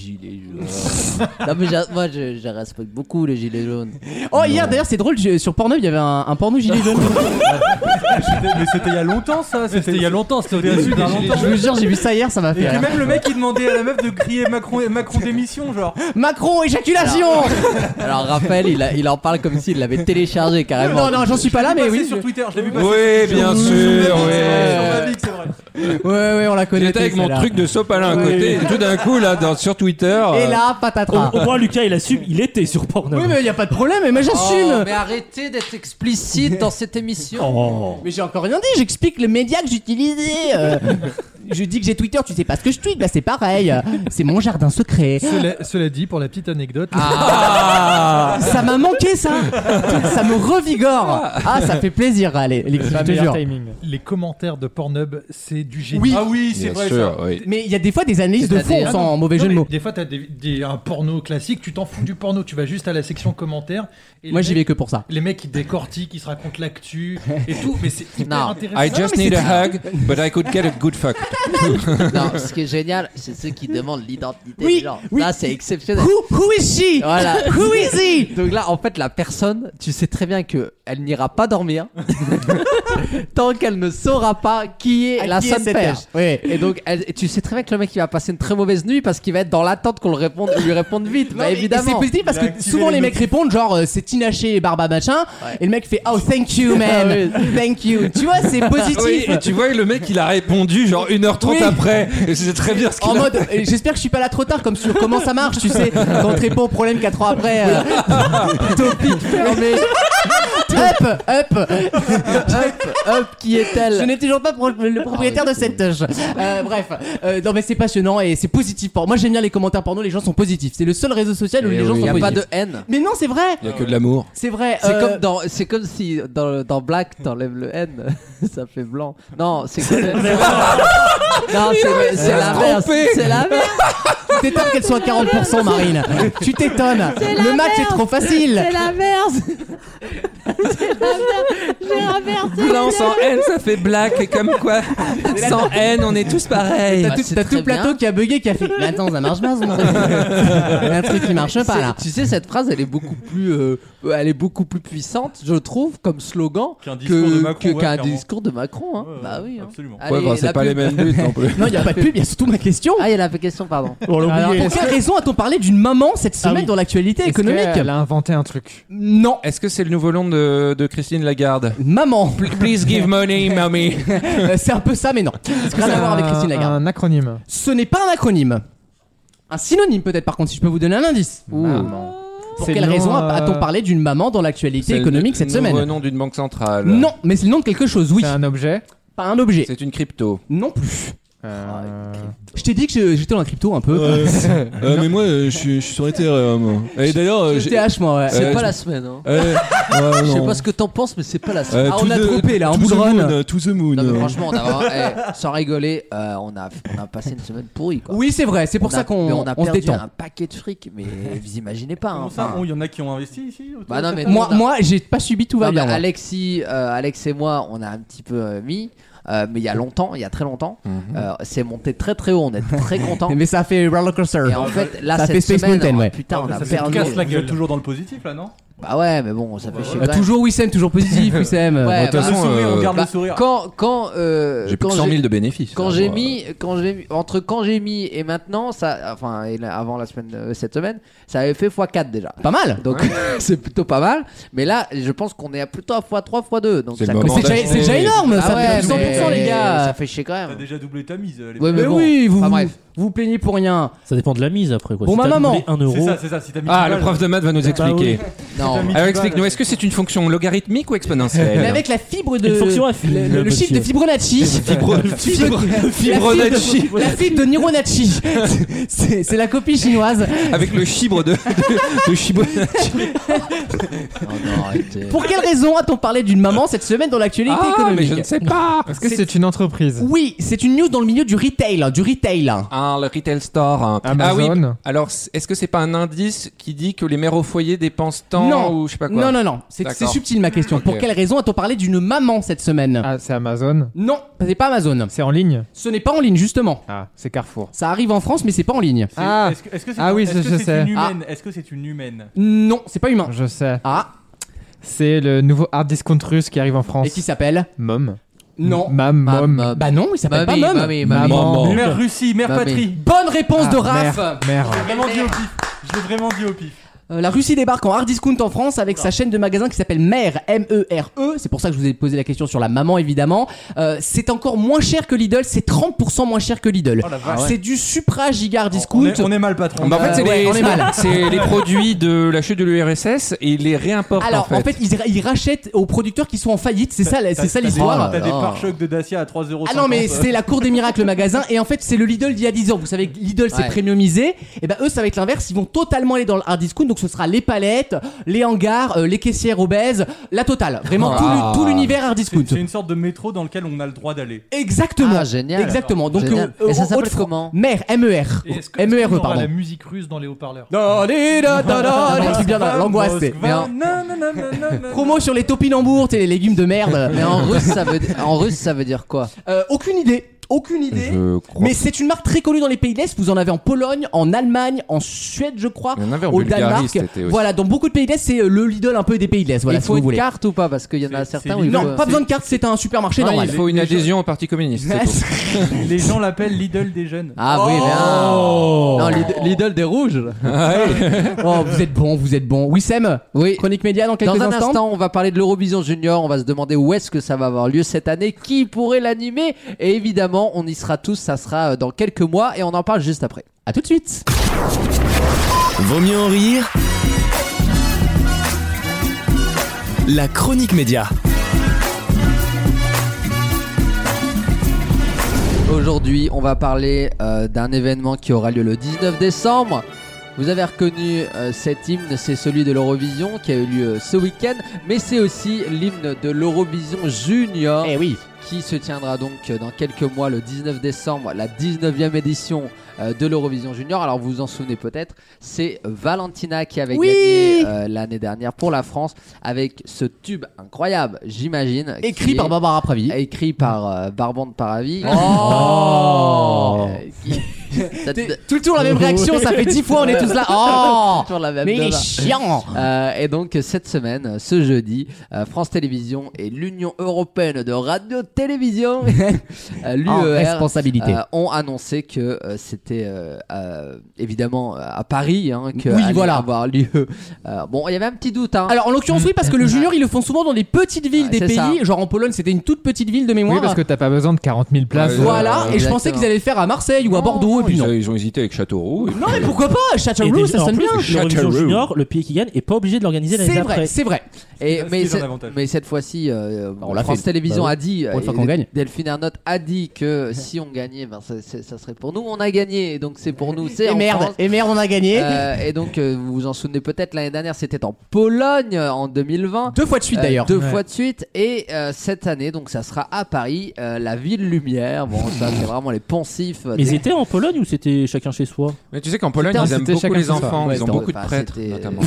Speaker 8: non, mais j'a- moi, je, je respecte beaucoup les gilets jaunes.
Speaker 2: [LAUGHS] Oh, hier d'ailleurs, c'est drôle, je- sur Pornhub, il y avait un, un porno gilet jaune.
Speaker 4: C'était- Mais c'était il y a longtemps, ça. C'était il y a longtemps. C'était au
Speaker 2: je
Speaker 4: début.
Speaker 2: vous jure, j'ai vu ça hier, ça m'a
Speaker 4: Et
Speaker 2: fait
Speaker 4: puis
Speaker 2: rire.
Speaker 4: même le mec il demandait à la meuf de crier Macron, Macron démission, genre.
Speaker 2: Ah,
Speaker 4: Ah,
Speaker 2: Macron, éjaculation [LAUGHS]
Speaker 8: Alors, Raphaël, il, a- il en parle comme s'il l'avait téléchargé carrément.
Speaker 2: Non, non, j'en suis pas là, mais oui.
Speaker 4: sur Twitter, je l'ai vu passer.
Speaker 5: Oui, bien
Speaker 4: Sur-
Speaker 5: sûr,
Speaker 4: sur-
Speaker 5: ouais.
Speaker 4: sur ma vie, c'est vrai.
Speaker 2: Ouais, ouais, on la connaît.
Speaker 5: J'étais avec mon
Speaker 2: celle-là.
Speaker 5: truc de sopalin à
Speaker 2: Ouais.
Speaker 5: côté, et tout d'un coup, là, dans- sur Twitter.
Speaker 2: Et
Speaker 5: euh,
Speaker 2: là, patatras.
Speaker 7: Au moins, Lucas, il assume, il était sur Pornhub.
Speaker 2: Oh, Oui, mais y a pas de problème, mais moi
Speaker 8: Oh,
Speaker 2: j'assume.
Speaker 8: mais arrêtez d'être explicite dans cette émission.
Speaker 2: Mais j'ai encore rien dit, j'explique les médias que j'utilisais. euh. [LAUGHS] je dis que j'ai Twitter, tu sais pas ce que je tweet, bah c'est pareil. C'est mon jardin secret.
Speaker 9: Cela, cela dit, pour la petite anecdote,
Speaker 2: Ah. Ça m'a manqué [LAUGHS] ça Ça me revigore Ah ça fait plaisir, allez, les
Speaker 9: le
Speaker 2: je te
Speaker 9: meilleur
Speaker 2: jure.
Speaker 9: timing. les commentaires de Pornhub, c'est du génie.
Speaker 2: Oui.
Speaker 4: Ah oui, c'est
Speaker 5: Bien
Speaker 4: vrai.
Speaker 5: sûr,
Speaker 4: ça.
Speaker 5: oui.
Speaker 2: Mais il y a des fois des analyses de fond
Speaker 9: Ah non,
Speaker 2: sans mauvais
Speaker 9: non,
Speaker 2: jeu de
Speaker 9: mais
Speaker 2: mots.
Speaker 9: Des fois, t'as des, des- un porno classique, tu t'en fous du porno, tu vas juste à la section commentaires. et
Speaker 2: Moi
Speaker 9: les
Speaker 2: j'y vais
Speaker 9: mecs-
Speaker 2: que pour ça.
Speaker 9: Les mecs qui décortiquent, qui se racontent l'actu et tout, mais c'est hyper
Speaker 8: Non.
Speaker 9: intéressant.
Speaker 5: I just need a hug, but I could get a good fuck.
Speaker 8: Non, ce qui est génial, c'est ceux qui demandent l'identité
Speaker 2: Oui,
Speaker 8: des gens.
Speaker 2: oui.
Speaker 8: Là, c'est exceptionnel.
Speaker 2: Who, who is she [LAUGHS]
Speaker 8: Voilà.
Speaker 2: Who is he
Speaker 8: Donc là, en fait, la personne, tu sais très bien que elle n'ira pas dormir [LAUGHS] tant qu'elle ne saura pas qui est
Speaker 2: À
Speaker 8: la
Speaker 2: qui est
Speaker 8: sonne
Speaker 2: cette
Speaker 8: père.
Speaker 2: âge Ouais.
Speaker 8: Et donc, elle- et tu sais très bien que le mec, il va passer une très mauvaise nuit parce qu'il va être dans l'attente qu'on le réponde, lui réponde vite.
Speaker 2: Non,
Speaker 8: bah
Speaker 2: mais C'est
Speaker 8: évidemment.
Speaker 2: positif parce
Speaker 4: Il a
Speaker 2: que
Speaker 4: activé
Speaker 2: souvent
Speaker 4: les
Speaker 2: les mecs répondent genre euh, c'est Tinaché et Barba machin et le mec fait oh thank
Speaker 8: [LAUGHS]
Speaker 2: you man
Speaker 8: Ah
Speaker 2: thank you tu vois c'est positif
Speaker 5: Oui, et tu vois, le mec, il a répondu genre 1h30
Speaker 2: Oui.
Speaker 5: après. Et je sais très bien ce qu'il
Speaker 2: En
Speaker 5: a
Speaker 2: mode, euh, j'espère que je suis pas là trop tard, comme sur comment ça marche, tu sais, quand on te répond au problème 4 ans après.
Speaker 8: [LAUGHS]
Speaker 2: euh, topic fermé. Up, up,
Speaker 8: Hop, hop, qui
Speaker 2: je
Speaker 8: est-elle
Speaker 2: n'ai toujours pas pro- le propriétaire de cette tâche. Euh, bref, Euh, non mais c'est passionnant et c'est positif. Pour... Moi j'aime bien les commentaires porno, les gens sont positifs. C'est le seul réseau social où
Speaker 5: Eh
Speaker 2: les gens
Speaker 5: oui.
Speaker 8: Il
Speaker 2: sont
Speaker 8: n'y a
Speaker 2: positifs.
Speaker 8: pas de haine.
Speaker 2: Mais non, c'est vrai,
Speaker 5: Il y a que de l'amour.
Speaker 2: c'est vrai.
Speaker 8: C'est
Speaker 2: Euh,
Speaker 8: comme dans, c'est comme si dans, dans Black t'enlèves le N, [LAUGHS] ça fait blanc. Non, c'est
Speaker 2: [LAUGHS]
Speaker 8: comme... non, c'est, c'est l'inverse. C'est l'inverse.
Speaker 2: Tu t'étonnes qu'elle soit à 40%, Marine. Tu t'étonnes. Le match est trop facile.
Speaker 11: l'inverse J'ai inversé
Speaker 5: Blanc sans haine, ça fait black. Et comme quoi, sans haine, on est tous pareils.
Speaker 2: T'as
Speaker 8: Bah,
Speaker 2: tout,
Speaker 8: c'est
Speaker 2: t'as
Speaker 8: très
Speaker 2: tout plateau
Speaker 8: bien.
Speaker 2: qui a bugué, qui a fait. Mais attends, ça marche pas, ce nom. [LAUGHS] Il y a un truc qui marche pas
Speaker 8: C'est-
Speaker 2: là.
Speaker 8: Tu sais, cette phrase, elle est beaucoup plus, euh, elle est beaucoup plus puissante, je trouve, comme slogan
Speaker 4: Qu'un discours
Speaker 8: que,
Speaker 4: de Macron,
Speaker 8: que-
Speaker 4: ouais,
Speaker 8: qu'un
Speaker 4: clairement.
Speaker 8: discours de Macron. Hein.
Speaker 4: Ouais, ouais,
Speaker 8: bah oui. hein.
Speaker 4: absolument.
Speaker 8: Allez,
Speaker 5: Ouais, bah, c'est
Speaker 8: la
Speaker 5: pas
Speaker 8: pub.
Speaker 5: les mêmes buts non
Speaker 8: [LAUGHS]
Speaker 5: plus.
Speaker 2: Non, il n'y a pas de pub, il y a surtout ma question.
Speaker 8: Ah, il y a la question, pardon.
Speaker 7: On l'a
Speaker 2: Alors,
Speaker 7: oublié.
Speaker 2: pour quelle raison a-t-on parlé d'une maman cette
Speaker 6: Ah
Speaker 2: semaine
Speaker 7: oui.
Speaker 2: dans l'actualité économique
Speaker 6: Elle a inventé un truc.
Speaker 2: Non,
Speaker 5: Est-ce que c'est le nouveau long de, de Christine Lagarde
Speaker 2: maman.
Speaker 5: Pl- Please give money, mommy.
Speaker 2: Euh, c'est un peu ça, mais non. Rien à voir avec Christine Lagarde.
Speaker 6: Un acronyme.
Speaker 2: Ce n'est pas un acronyme. Un synonyme peut-être par contre si je peux vous donner un indice.
Speaker 6: Maman.
Speaker 2: Pour
Speaker 6: C'est
Speaker 2: quelle
Speaker 6: le nom,
Speaker 2: raison a- a-t-on
Speaker 6: euh,
Speaker 2: parlé d'une maman dans l'actualité
Speaker 5: le
Speaker 2: économique cette
Speaker 5: nouveau
Speaker 2: semaine
Speaker 5: nom d'une banque centrale.
Speaker 2: Non, mais c'est le nom de quelque chose, oui.
Speaker 6: C'est un objet.
Speaker 2: Pas un objet.
Speaker 5: C'est une crypto.
Speaker 2: Non plus.
Speaker 6: Euh,
Speaker 2: Je t'ai dit que je- j'étais dans la crypto un peu. Euh,
Speaker 5: [LAUGHS] Ah, mais moi, je suis sur Ethereum. Et d'ailleurs,
Speaker 2: J'étais H moi, ouais.
Speaker 8: C'est
Speaker 5: Euh,
Speaker 8: pas
Speaker 5: je- Ah,
Speaker 8: la semaine. Hein.
Speaker 5: [LAUGHS]
Speaker 8: Je sais pas ce que t'en penses, mais c'est pas la semaine.
Speaker 5: Euh,
Speaker 2: Ah,
Speaker 5: to
Speaker 2: on a
Speaker 5: the-
Speaker 2: trompé là, on boudronne.
Speaker 5: To the moon.
Speaker 8: non, mais franchement, on a, eh, sans rigoler, euh, on, a, on a passé une semaine pourrie. Quoi.
Speaker 2: Oui, c'est vrai, c'est pour
Speaker 8: On
Speaker 2: ça
Speaker 8: a- mais
Speaker 2: qu'on
Speaker 8: on a
Speaker 2: on se
Speaker 8: perdu
Speaker 2: détend.
Speaker 8: un paquet de fric, mais vous imaginez pas. hein,
Speaker 4: Comment ça
Speaker 8: enfin.
Speaker 4: Oh, Il y en a qui ont investi ici autour
Speaker 8: Bah
Speaker 4: de
Speaker 8: non,
Speaker 4: cette
Speaker 8: mais
Speaker 4: table
Speaker 2: Moi,
Speaker 8: on a-
Speaker 2: moi j'ai pas subi tout va
Speaker 8: Non,
Speaker 2: bien. hein.
Speaker 8: mais
Speaker 2: moi.
Speaker 8: Alexis, euh, Alex et moi, on a un petit peu euh, mis. euh, mais il y a longtemps, il y a très longtemps. Euh, c'est monté très très haut, on est
Speaker 5: [LAUGHS]
Speaker 8: très content.
Speaker 2: Mais ça fait roller coaster.
Speaker 8: Et en fait, là,
Speaker 2: ça
Speaker 8: cette
Speaker 2: fait Space
Speaker 8: semaine,
Speaker 2: Mountain,
Speaker 8: oh,
Speaker 2: ouais.
Speaker 8: putain, on a
Speaker 4: Ça fait
Speaker 8: perdu.
Speaker 4: casse la gueule. toujours dans le positif là, non
Speaker 8: Bah ouais, mais bon, ça fait chier.
Speaker 2: Euh, toujours Wissem, toujours [LAUGHS] positif Wissem.
Speaker 8: Ouais,
Speaker 5: toute façon, Bah, euh,
Speaker 8: bah, Quand, quand, euh,
Speaker 5: J'ai plus
Speaker 8: quand
Speaker 5: de 100 000 de bénéfices,
Speaker 8: Quand
Speaker 5: là,
Speaker 8: j'ai
Speaker 5: moi.
Speaker 8: mis, quand j'ai mis- entre quand j'ai mis et maintenant, ça, enfin, et là, avant la semaine, euh, cette semaine, ça avait fait x4 déjà.
Speaker 2: Pas mal.
Speaker 8: Donc [LAUGHS] c'est plutôt pas mal. Mais là, je pense qu'on est à plutôt à x3, x2. Donc
Speaker 5: C'est
Speaker 8: ça
Speaker 5: le
Speaker 8: commence
Speaker 5: moment
Speaker 8: à
Speaker 5: d'acheter.
Speaker 8: chier.
Speaker 5: C'est déjà énorme,
Speaker 8: Ah
Speaker 5: ça fait
Speaker 8: ouais,
Speaker 5: plus de
Speaker 2: 100%,
Speaker 8: mais
Speaker 2: les gars.
Speaker 8: Ça fait chier quand même.
Speaker 4: T'as déjà doublé ta mise. euh, les
Speaker 8: Ouais,
Speaker 4: mecs.
Speaker 8: mais
Speaker 2: Mais
Speaker 8: bon.
Speaker 2: oui, vous,
Speaker 8: Enfin,
Speaker 2: vous-
Speaker 8: bref.
Speaker 2: vous plaignez pour rien.
Speaker 7: Ça dépend de la mise après quoi.
Speaker 2: Pour
Speaker 7: Si
Speaker 2: ma
Speaker 7: t'as
Speaker 2: maman.
Speaker 7: doublé un euro.
Speaker 4: C'est ça, c'est ça. Si t'as mis
Speaker 5: Ah,
Speaker 4: du
Speaker 5: le
Speaker 4: bol,
Speaker 5: prof de maths va nous expliquer.
Speaker 8: Non.
Speaker 5: Alors explique-nous, est-ce que c'est une fonction logarithmique ou exponentielle
Speaker 2: Mais avec la fibre de.
Speaker 7: Une fonction à fil,
Speaker 2: le, le- le
Speaker 7: monsieur.
Speaker 2: chiffre de Fibonacci.
Speaker 5: Fibre-
Speaker 2: Le
Speaker 5: fibre-
Speaker 2: la
Speaker 5: Fibonacci.
Speaker 2: fibre de- La fibre de Nironacci. C'est c'est la copie chinoise.
Speaker 5: Avec le chibre de, de,
Speaker 2: [LAUGHS]
Speaker 5: de Fibonacci.
Speaker 8: Non, non, arrêtez.
Speaker 2: Pour quelle raison a-t-on parlé d'une maman cette semaine dans l'actualité
Speaker 5: Ah,
Speaker 2: économique
Speaker 5: mais je ne sais
Speaker 2: Ah,
Speaker 5: pas
Speaker 6: Est-ce que c'est une entreprise
Speaker 2: Oui, c'est une news dans le milieu du retail, hein, du retail.
Speaker 5: Ah, le retail store. hein. Ah oui.
Speaker 6: Amazon
Speaker 5: Alors, c- est-ce que c'est pas un indice qui dit que les mères au foyer dépensent tant
Speaker 2: Non.
Speaker 5: ou je sais pas quoi
Speaker 2: Non, non, non, c'est c'est
Speaker 5: D'accord.
Speaker 2: subtil ma question.
Speaker 5: Ok.
Speaker 2: Pour quelle raison a-t-on parlé d'une maman cette semaine
Speaker 6: Ah, c'est Amazon.
Speaker 2: Non, c'est pas Amazon.
Speaker 6: C'est en ligne
Speaker 2: Ce n'est pas en ligne justement.
Speaker 6: Ah, c'est Carrefour.
Speaker 2: Ça arrive en France, mais c'est pas en ligne.
Speaker 4: c'est-
Speaker 6: Ah.
Speaker 4: est-ce que- est-ce que c'est
Speaker 6: Ah oui,
Speaker 4: est-ce
Speaker 6: je-
Speaker 4: que
Speaker 6: je
Speaker 4: c'est
Speaker 6: sais.
Speaker 4: une humaine Est-ce que c'est une humaine
Speaker 2: Non, c'est pas humain.
Speaker 6: Je sais.
Speaker 2: Ah,
Speaker 6: C'est le nouveau hard discount russe qui arrive en
Speaker 2: et
Speaker 6: France.
Speaker 2: qui s'appelle
Speaker 6: Mom.
Speaker 2: Non.
Speaker 6: Mam,
Speaker 8: Mam,
Speaker 6: mom.
Speaker 8: mam.
Speaker 2: Bah non, il s'appelle pas
Speaker 8: Mamie,
Speaker 2: Mom.
Speaker 8: mamie, mamie.
Speaker 2: Ah.
Speaker 5: Maman.
Speaker 4: Mère Russie, mère
Speaker 8: Bah, mais-
Speaker 4: patrie.
Speaker 2: Bonne réponse de Raph.
Speaker 6: Ah, Merde. merde.
Speaker 4: Je l'ai vraiment dit au pif. Je l'ai vraiment dit au pif.
Speaker 2: Euh, la Russie débarque en hard discount en France avec sa chaîne de magasins qui s'appelle Mère, M-E-R-E. E. C'est pour ça que je vous ai posé la question sur la maman, évidemment. Euh, c'est encore moins cher que Lidl, c'est 30% moins cher que Lidl.
Speaker 4: Oh la vache.
Speaker 2: C'est du supra giga hard
Speaker 4: On
Speaker 2: discount.
Speaker 4: est, on est mal patron.
Speaker 5: Bah, en fait, c'est
Speaker 2: ouais, on est
Speaker 5: les,
Speaker 2: mal.
Speaker 5: [LAUGHS] c'est les produits de la chute de l'URSS et ils les réimportent
Speaker 2: Alors,
Speaker 5: en fait.
Speaker 2: ils, ils rachètent aux producteurs qui sont en faillite, c'est ça, la- c'est
Speaker 4: T'as-
Speaker 2: ça
Speaker 4: t'as des-
Speaker 2: l'histoire.
Speaker 4: T'as des
Speaker 8: Oh.
Speaker 4: pare-chocs de Dacia à 3,50€.
Speaker 2: Ah non mais c'est la cour des miracles le magasin et en fait c'est le Lidl d'il y a 10 ans vous savez que Lidl c'est
Speaker 8: Ouais.
Speaker 2: premiumisé et ben eux ça va être l'inverse ils vont totalement aller dans le hard discount donc ce sera les palettes les hangars euh, les caissières obèses la totale vraiment tout
Speaker 5: Ah.
Speaker 2: le- tout l'univers hard
Speaker 4: C'est
Speaker 2: discount
Speaker 4: c'est une sorte de métro dans lequel on a le droit d'aller.
Speaker 2: exactement
Speaker 8: Ah, génial.
Speaker 2: exactement donc
Speaker 8: Génial.
Speaker 2: euh,
Speaker 8: Et ça
Speaker 2: euh,
Speaker 8: s'appelle
Speaker 2: autre-
Speaker 8: comment
Speaker 2: mer E MER
Speaker 9: Et Est-ce
Speaker 6: E
Speaker 9: que- est-ce qu'on
Speaker 2: MERE
Speaker 9: aura la
Speaker 2: pardon
Speaker 9: musique russe dans les haut-parleurs
Speaker 2: [LAUGHS] Non, les- da- da- da- les trucs bien dans l'angoisse c'est-
Speaker 8: Mais en-
Speaker 2: promo sur les topinambours et les légumes de merde
Speaker 8: [LAUGHS] Mais en russe, ça veut, en russe, ça veut dire quoi
Speaker 2: Euh, aucune idée aucune idée
Speaker 5: Je crois.
Speaker 2: Mais c'est une marque très connue dans les pays de l'Est. Vous en avez en Pologne, en Allemagne, en Suède, je crois,
Speaker 5: Il y en avait en
Speaker 2: au
Speaker 5: Bulgarie
Speaker 2: Danemark.
Speaker 5: cet été aussi.
Speaker 2: Voilà, dans beaucoup de pays de l'Est, c'est euh, le Lidl un peu des pays de l'Est. Voilà,
Speaker 8: Il
Speaker 2: si
Speaker 8: faut
Speaker 2: vous
Speaker 8: une
Speaker 2: voulez.
Speaker 8: carte Ah, ou pas Parce qu'il y en a
Speaker 4: C'est-
Speaker 8: certains
Speaker 4: c'est
Speaker 8: où il
Speaker 4: les-
Speaker 2: non,
Speaker 8: faut-
Speaker 2: pas besoin de carte. C'est un supermarché
Speaker 5: Non,
Speaker 2: normal.
Speaker 5: il faut une adhésion au parti communiste. c'est tout.
Speaker 4: Les gens l'appellent Lidl des jeunes.
Speaker 8: Ah oui, mais non. Non, Lidl, Lidl des rouges.
Speaker 2: oh, vous êtes bon, vous êtes bon. Wissem,
Speaker 8: Oui.
Speaker 2: chronique média dans quelques
Speaker 8: Dans un
Speaker 2: instants.
Speaker 8: instant, on va parler de l'Eurovision Junior. On va se demander où est-ce que ça va avoir lieu cette année, qui pourrait l'animer. Et évidemment, on y sera tous. Ça sera euh, dans quelques mois et on en parle juste après.
Speaker 2: À tout de suite.
Speaker 1: Vaut mieux en rire. La chronique média.
Speaker 8: Aujourd'hui, on va parler euh, d'un événement qui aura lieu le 19 décembre. Vous avez reconnu euh, cet hymne, c'est celui de l'Eurovision qui a eu lieu euh, ce week-end, mais c'est aussi l'hymne de l'Eurovision Junior
Speaker 2: Eh oui.
Speaker 8: qui se tiendra donc euh, dans quelques mois, le 19 décembre, la 19e édition euh, de l'Eurovision Junior. Alors vous vous en souvenez peut-être, c'est Valentina qui avait
Speaker 2: Oui
Speaker 8: gagné euh, l'année dernière pour la France avec ce tube incroyable, j'imagine. qui
Speaker 2: Écrit par
Speaker 8: est-
Speaker 2: Barbara Pravi.
Speaker 8: écrit par euh, Barbande Paravi.
Speaker 2: Oh.
Speaker 8: Euh,
Speaker 2: [LAUGHS]
Speaker 8: qui- ça te-
Speaker 2: T'es- Tout le tour la même
Speaker 8: Oh.
Speaker 2: réaction, ça fait 10 fois on est tous
Speaker 8: [LAUGHS]
Speaker 2: là. [LAUGHS] Oh
Speaker 8: toujours la même
Speaker 2: Mais il est
Speaker 8: daube.
Speaker 2: chiant
Speaker 8: Euh, et donc cette semaine, ce jeudi, euh, France Télévisions et l'Union Européenne
Speaker 2: [LAUGHS]
Speaker 8: de Radio-Télévision, euh,
Speaker 2: En
Speaker 8: l'UER,
Speaker 2: responsabilité.
Speaker 8: euh, ont annoncé que euh, c'était euh, euh, évidemment euh, à Paris hein, que
Speaker 2: Oui,
Speaker 8: allait
Speaker 2: voilà.
Speaker 8: avoir lieu. Euh, bon, il y avait un petit doute. Hein.
Speaker 2: Alors en l'occurrence oui parce que le junior ils le font souvent dans des petites villes
Speaker 8: Ouais,
Speaker 2: des
Speaker 8: Mm. Ah, c'est
Speaker 2: pays.
Speaker 8: ça.
Speaker 2: Genre en Pologne c'était une toute petite ville de mémoire.
Speaker 6: Oui, parce que t'as pas besoin de 40 000 places.
Speaker 5: Ouais,
Speaker 2: Voilà,
Speaker 8: Euh,
Speaker 2: et je pensais
Speaker 8: exactement.
Speaker 2: qu'ils allaient le faire à Marseille ou à
Speaker 5: Non,
Speaker 2: Bordeaux, et
Speaker 5: non,
Speaker 2: puis
Speaker 5: ils,
Speaker 2: non.
Speaker 5: a- ils ont hésité avec Châteauroux. et
Speaker 2: Non,
Speaker 5: puis,
Speaker 2: mais
Speaker 5: euh,
Speaker 2: pourquoi pas
Speaker 7: Et
Speaker 2: Châteauroux,
Speaker 7: des-
Speaker 2: ça
Speaker 7: en
Speaker 2: sonne
Speaker 7: plus,
Speaker 2: bien
Speaker 7: L'Eurovision
Speaker 5: Châteauroux.
Speaker 7: Junior, le pays qui gagne, est pas obligé de l'organiser l'année
Speaker 2: C'est
Speaker 7: d'après.
Speaker 2: vrai, c'est vrai.
Speaker 8: Et,
Speaker 4: Ça, c'est
Speaker 8: mais,
Speaker 4: déjà un
Speaker 8: c'est-
Speaker 4: avantage.
Speaker 8: mais cette fois-ci, euh,
Speaker 2: on l'a
Speaker 8: France
Speaker 2: fait.
Speaker 8: Télévisions
Speaker 2: Bah oui.
Speaker 8: a dit,
Speaker 2: Pour une
Speaker 8: euh,
Speaker 2: fois qu'on gagne.
Speaker 8: Delphine Ernotte a dit
Speaker 2: [LAUGHS]
Speaker 8: que si on gagnait, ben, ça, c'est- ça serait pour nous. On a gagné, donc c'est pour nous. C'est
Speaker 2: Et
Speaker 8: en
Speaker 2: merde,
Speaker 8: France.
Speaker 2: et merde, on a gagné.
Speaker 8: Euh, et donc, euh, vous vous en souvenez peut-être, l'année dernière, c'était en Pologne euh, en 2020.
Speaker 2: Deux fois de suite
Speaker 8: Euh,
Speaker 2: d'ailleurs.
Speaker 8: deux
Speaker 2: Ouais.
Speaker 8: fois de suite et euh, cette année donc ça sera à Paris euh, la ville lumière bon ça c'est vraiment les pensifs euh,
Speaker 7: Mais
Speaker 8: des-
Speaker 7: ils étaient en Pologne ou c'était chacun chez
Speaker 2: [LAUGHS]
Speaker 7: soi
Speaker 5: Mais tu sais qu'en Pologne,
Speaker 8: Putain,
Speaker 5: ils aiment
Speaker 6: c'était
Speaker 5: beaucoup
Speaker 6: chacun
Speaker 5: les
Speaker 6: son soir.
Speaker 5: enfants,
Speaker 8: Ouais,
Speaker 5: ils ont
Speaker 8: c'était-
Speaker 5: beaucoup de
Speaker 8: bah,
Speaker 5: prêtres,
Speaker 8: c'était-
Speaker 5: notamment.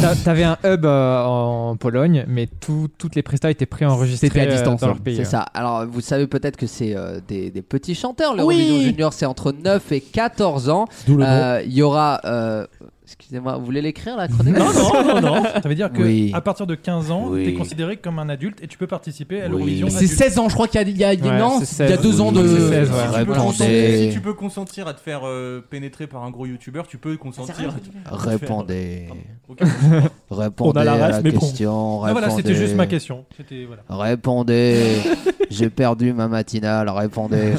Speaker 6: T'as- T'avais un hub euh, en Pologne, mais tout- toutes les prestas étaient préenregistrées
Speaker 8: C'était à distance,
Speaker 6: dans
Speaker 8: hein,
Speaker 6: leur pays.
Speaker 8: C'est
Speaker 6: ouais.
Speaker 8: ça. Alors, vous savez peut-être que c'est euh, des, des petits chanteurs. Le
Speaker 6: Oui.
Speaker 8: Junior, c'est entre 9 et 14 ans.
Speaker 6: D'où le nom.
Speaker 8: Euh, Il y aura. euh, Excusez-moi, vous voulez l'écrire la chronique
Speaker 9: Non, non, non, non. Ça veut dire que
Speaker 8: Oui.
Speaker 9: à partir de 15 ans,
Speaker 8: Oui.
Speaker 9: t'es considéré comme un adulte et tu peux participer à l'Eurovision.
Speaker 2: C'est
Speaker 9: adulte.
Speaker 2: 16 ans, je crois qu'il y a, il y a- il y a-
Speaker 9: Ouais,
Speaker 2: non,
Speaker 9: c'est
Speaker 2: il y a
Speaker 9: 16, oui.
Speaker 2: deux ans de.
Speaker 9: C'est 16,
Speaker 4: Si tu peux
Speaker 8: Répondez.
Speaker 4: consentir- Si tu peux consentir à te faire euh, pénétrer par un gros youtubeur, tu peux consentir. à te faire-
Speaker 8: Répondez.
Speaker 4: Ok.
Speaker 8: Répondez
Speaker 9: On a la
Speaker 8: à
Speaker 9: ref,
Speaker 8: la
Speaker 9: mais bon.
Speaker 8: question.
Speaker 9: Non, voilà,
Speaker 8: répondez.
Speaker 9: c'était juste ma question. C'était- voilà. [LAUGHS]
Speaker 8: Répondez. J'ai perdu ma matinale. Répondez.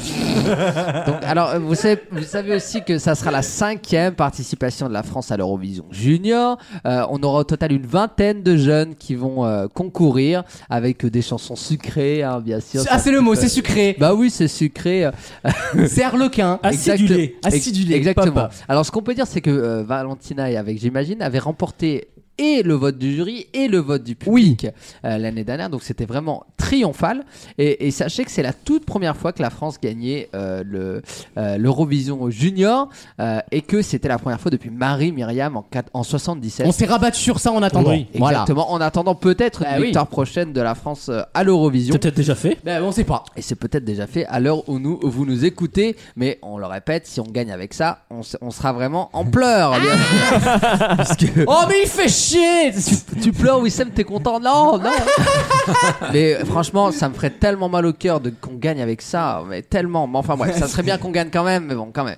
Speaker 8: Donc, alors, euh, vous savez, vous savez aussi que ça sera la cinquième participation de la France à l'Eurovision Junior. Euh, on aura au total une vingtaine de jeunes qui vont euh, concourir avec euh, des chansons sucrées, hein, bien sûr.
Speaker 2: Ah,
Speaker 8: Ça,
Speaker 2: c'est le mot, c'est sucré.
Speaker 8: Bah oui, c'est sucré.
Speaker 2: [LAUGHS] C'est harlequin.
Speaker 8: Exact-
Speaker 2: Acidulé.
Speaker 8: ex-
Speaker 2: Acidulé,
Speaker 8: Exactement.
Speaker 2: papa.
Speaker 8: Alors, ce qu'on peut dire, c'est que euh, Valentina et avec J'imagine avaient remporté et le vote du jury et le vote du public euh, l'année dernière. Donc, c'était vraiment triomphal. Et, et sachez que c'est la toute première fois que la France gagnait euh, le, euh, l'Eurovision Junior euh, et que c'était la première fois depuis Marie Myriam en, quat- en 77.
Speaker 2: On s'est rabattu sur ça en attendant.
Speaker 8: Oui,
Speaker 2: Voilà.
Speaker 8: Exactement. En attendant peut-être
Speaker 2: Bah
Speaker 8: une
Speaker 2: oui.
Speaker 8: victoire prochaine de la France euh, à l'Eurovision.
Speaker 7: C'est peut-être déjà fait.
Speaker 2: Bah, on sait pas.
Speaker 8: Et c'est peut-être déjà fait à l'heure où nous vous nous écoutez. Mais on le répète, si on gagne avec ça, on, s- on sera vraiment en pleurs.
Speaker 2: Ah
Speaker 8: Parce que-
Speaker 2: Oh, mais il fait chier
Speaker 8: tu, tu pleures, Wissem, t'es content Non,
Speaker 2: [LAUGHS]
Speaker 8: non Mais franchement, ça me ferait tellement mal au cœur de qu'on gagne avec ça, mais tellement. Mais enfin bref, ça serait bien qu'on gagne quand même, mais bon,
Speaker 2: [LAUGHS]
Speaker 8: quand même.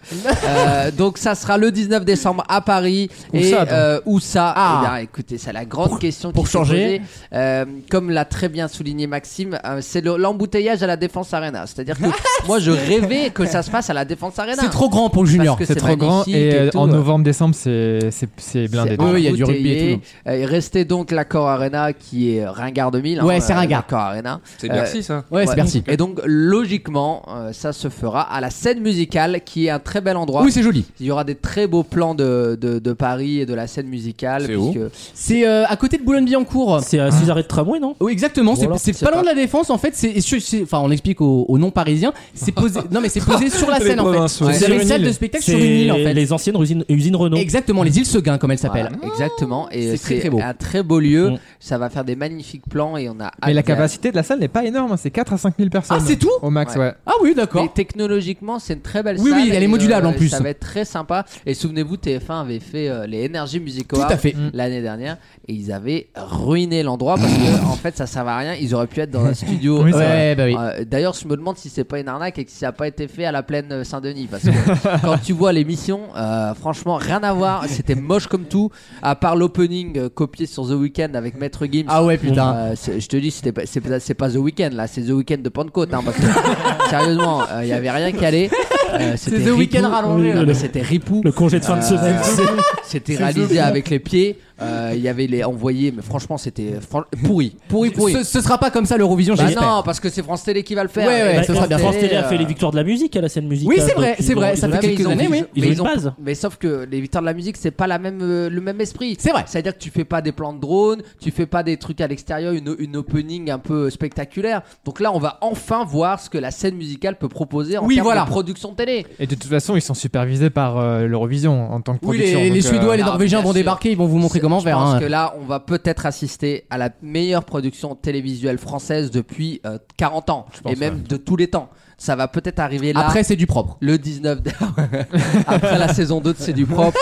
Speaker 8: Euh, donc ça sera le 19 décembre à Paris
Speaker 2: Où
Speaker 8: et
Speaker 2: ça, donc
Speaker 8: euh, où ça
Speaker 2: Ah.
Speaker 8: Eh bien, écoutez, c'est la grande question
Speaker 2: pour
Speaker 8: qui s'est
Speaker 2: changer.
Speaker 8: posée. Euh, comme l'a très bien souligné Maxime, euh, c'est le- l'embouteillage à la Défense Arena. C'est-à-dire
Speaker 2: [LAUGHS]
Speaker 8: que moi, je rêvais que ça se passe à la Défense Arena.
Speaker 2: C'est trop grand pour le junior.
Speaker 8: Parce que
Speaker 6: C'est trop grand
Speaker 8: magnifique
Speaker 6: et, euh,
Speaker 8: tout.
Speaker 6: en novembre-décembre, c'est c'est- c'est blindé.
Speaker 8: C'est embouteillé. Euh, il restait donc l'accord Arena qui est Ringard 2000.
Speaker 2: Ouais, c'est Ringard.
Speaker 8: L'accord Euh, Arena.
Speaker 5: [LAUGHS] C'est Bercy, ça
Speaker 2: Ouais, c'est Bercy.
Speaker 8: Et donc, logiquement, euh, ça se fera à la scène musicale qui est un très bel endroit.
Speaker 2: Oui, c'est joli.
Speaker 8: Il y aura des très beaux plans de, de, de Paris et de la scène musicale.
Speaker 7: C'est où
Speaker 8: puisque-
Speaker 2: C'est euh, à côté de Boulogne-Billancourt.
Speaker 7: C'est à 6 arrêts de tramway, non
Speaker 2: Oui, exactement. c'est-
Speaker 7: Voilà.
Speaker 2: C'est pas loin de la défense en fait. C'est et sur- c'est- enfin, on l'explique aux, aux non-parisiens. C'est posé. non, mais c'est posé sur la
Speaker 7: Les
Speaker 2: scène en
Speaker 7: provinces,
Speaker 2: fait.
Speaker 7: ouais.
Speaker 2: C'est
Speaker 7: Sur
Speaker 2: une
Speaker 7: une
Speaker 2: salle
Speaker 7: île.
Speaker 2: de spectacle
Speaker 7: C'est
Speaker 2: sur une île en fait.
Speaker 7: les anciennes usines, usines Renault.
Speaker 2: Exactement, les îles Seguin comme elles s'appellent.
Speaker 8: Exactement. Et
Speaker 2: C'est très,
Speaker 8: c'est
Speaker 2: très beau. Mm.
Speaker 8: un très beau lieu. Ça va faire des magnifiques plans et on a.
Speaker 6: Mais
Speaker 8: hâte
Speaker 6: la
Speaker 8: de-
Speaker 6: capacité de la salle n'est pas énorme, hein, c'est 4 à 5 000 personnes.
Speaker 8: Ah, c'est tout
Speaker 6: Au max, ouais.
Speaker 2: Ah oui, d'accord.
Speaker 8: Mais technologiquement, c'est une très belle
Speaker 6: Oui,
Speaker 8: salle.
Speaker 6: oui, elle est
Speaker 8: et, euh,
Speaker 6: modulable en plus.
Speaker 8: Ça va être très sympa. Et souvenez-vous, TF1 avait fait euh, les Energy Music
Speaker 2: à
Speaker 8: Awards
Speaker 2: fait.
Speaker 8: l'année dernière et ils avaient ruiné l'endroit parce
Speaker 2: [LAUGHS]
Speaker 8: que en fait, ça servait à rien. Ils auraient pu être dans un studio.
Speaker 2: Oui, c'est vrai. Ouais, bah oui.
Speaker 8: Euh, D'ailleurs, je me demande si c'est pas une arnaque et que ça n'a pas été fait à la plaine euh, Saint-Denis
Speaker 2: [LAUGHS]
Speaker 8: parce que quand tu vois l'émission, euh, franchement, rien à voir. C'était moche comme tout, à part l'opening euh, copié sur The Weeknd avec Maître Gims.
Speaker 2: Ah ouais, putain.
Speaker 8: Euh, c'est- je te dis, c'était pas- c'est pas, c'est pas The Weeknd là, c'est The Weeknd de Pentecôte. hein, parce que, [LAUGHS] sérieusement, il y avait rien qui allait. Euh,
Speaker 2: C'est
Speaker 8: c'était
Speaker 2: The Weeknd
Speaker 8: ripou.
Speaker 2: rallongé,
Speaker 8: Oui,
Speaker 2: là.
Speaker 8: non, mais C'était ripou.
Speaker 7: Le congé de fin de semaine.
Speaker 8: c'est- C'était
Speaker 2: C'est The
Speaker 8: réalisé
Speaker 2: Weeknd.
Speaker 8: avec les pieds. Euh, Il y avait les envoyés, mais franchement, c'était fran- pourri. Pourri, pourri.
Speaker 2: Ce, ce sera pas comme ça l'Eurovision,
Speaker 8: Bah
Speaker 2: j'espère.
Speaker 8: non, parce que c'est France Télé qui va le faire.
Speaker 2: Ouais, ouais,
Speaker 8: Et
Speaker 2: ça sera bien.
Speaker 7: France Télé a fait les
Speaker 8: euh,
Speaker 7: victoires de la musique à la scène musicale.
Speaker 2: Oui, c'est vrai,
Speaker 7: donc ils
Speaker 2: c'est
Speaker 7: ont-
Speaker 2: vrai,
Speaker 7: ils
Speaker 2: ça
Speaker 7: ont-
Speaker 2: fait
Speaker 8: Ouais, mais
Speaker 2: quelques
Speaker 8: ils ont-
Speaker 2: années, oui.
Speaker 8: mais
Speaker 7: Ils ont
Speaker 8: ils
Speaker 7: une
Speaker 8: ont-
Speaker 7: base.
Speaker 8: Mais sauf que les victoires de la musique, c'est pas la même, euh, le même esprit. C'est
Speaker 2: vrai.
Speaker 8: C'est-à-dire que tu fais pas des plans de drone, tu fais pas des trucs à l'extérieur, une, une opening un peu spectaculaire. Donc là, on va enfin voir ce que la scène musicale peut proposer en
Speaker 2: Oui,
Speaker 8: termes
Speaker 2: voilà.
Speaker 8: de production de télé.
Speaker 6: Et de toute façon, ils sont supervisés par euh, l'Eurovision en tant que
Speaker 2: Oui,
Speaker 6: production.
Speaker 2: les,
Speaker 6: donc,
Speaker 2: les
Speaker 6: euh,
Speaker 2: Suédois et les
Speaker 8: Ah,
Speaker 2: Norvégiens
Speaker 8: bien
Speaker 2: vont
Speaker 8: sûr.
Speaker 2: débarquer, ils vont vous montrer comment
Speaker 8: Je
Speaker 2: faire.
Speaker 8: pense
Speaker 2: hein.
Speaker 8: que là, on va peut-être assister à la meilleure production télévisuelle française depuis euh, 40 ans, et même de tous les temps. Ça va peut-être arriver là.
Speaker 2: Après, c'est du propre.
Speaker 8: le 19 dé- [LAUGHS] après la saison 2 de C'est du propre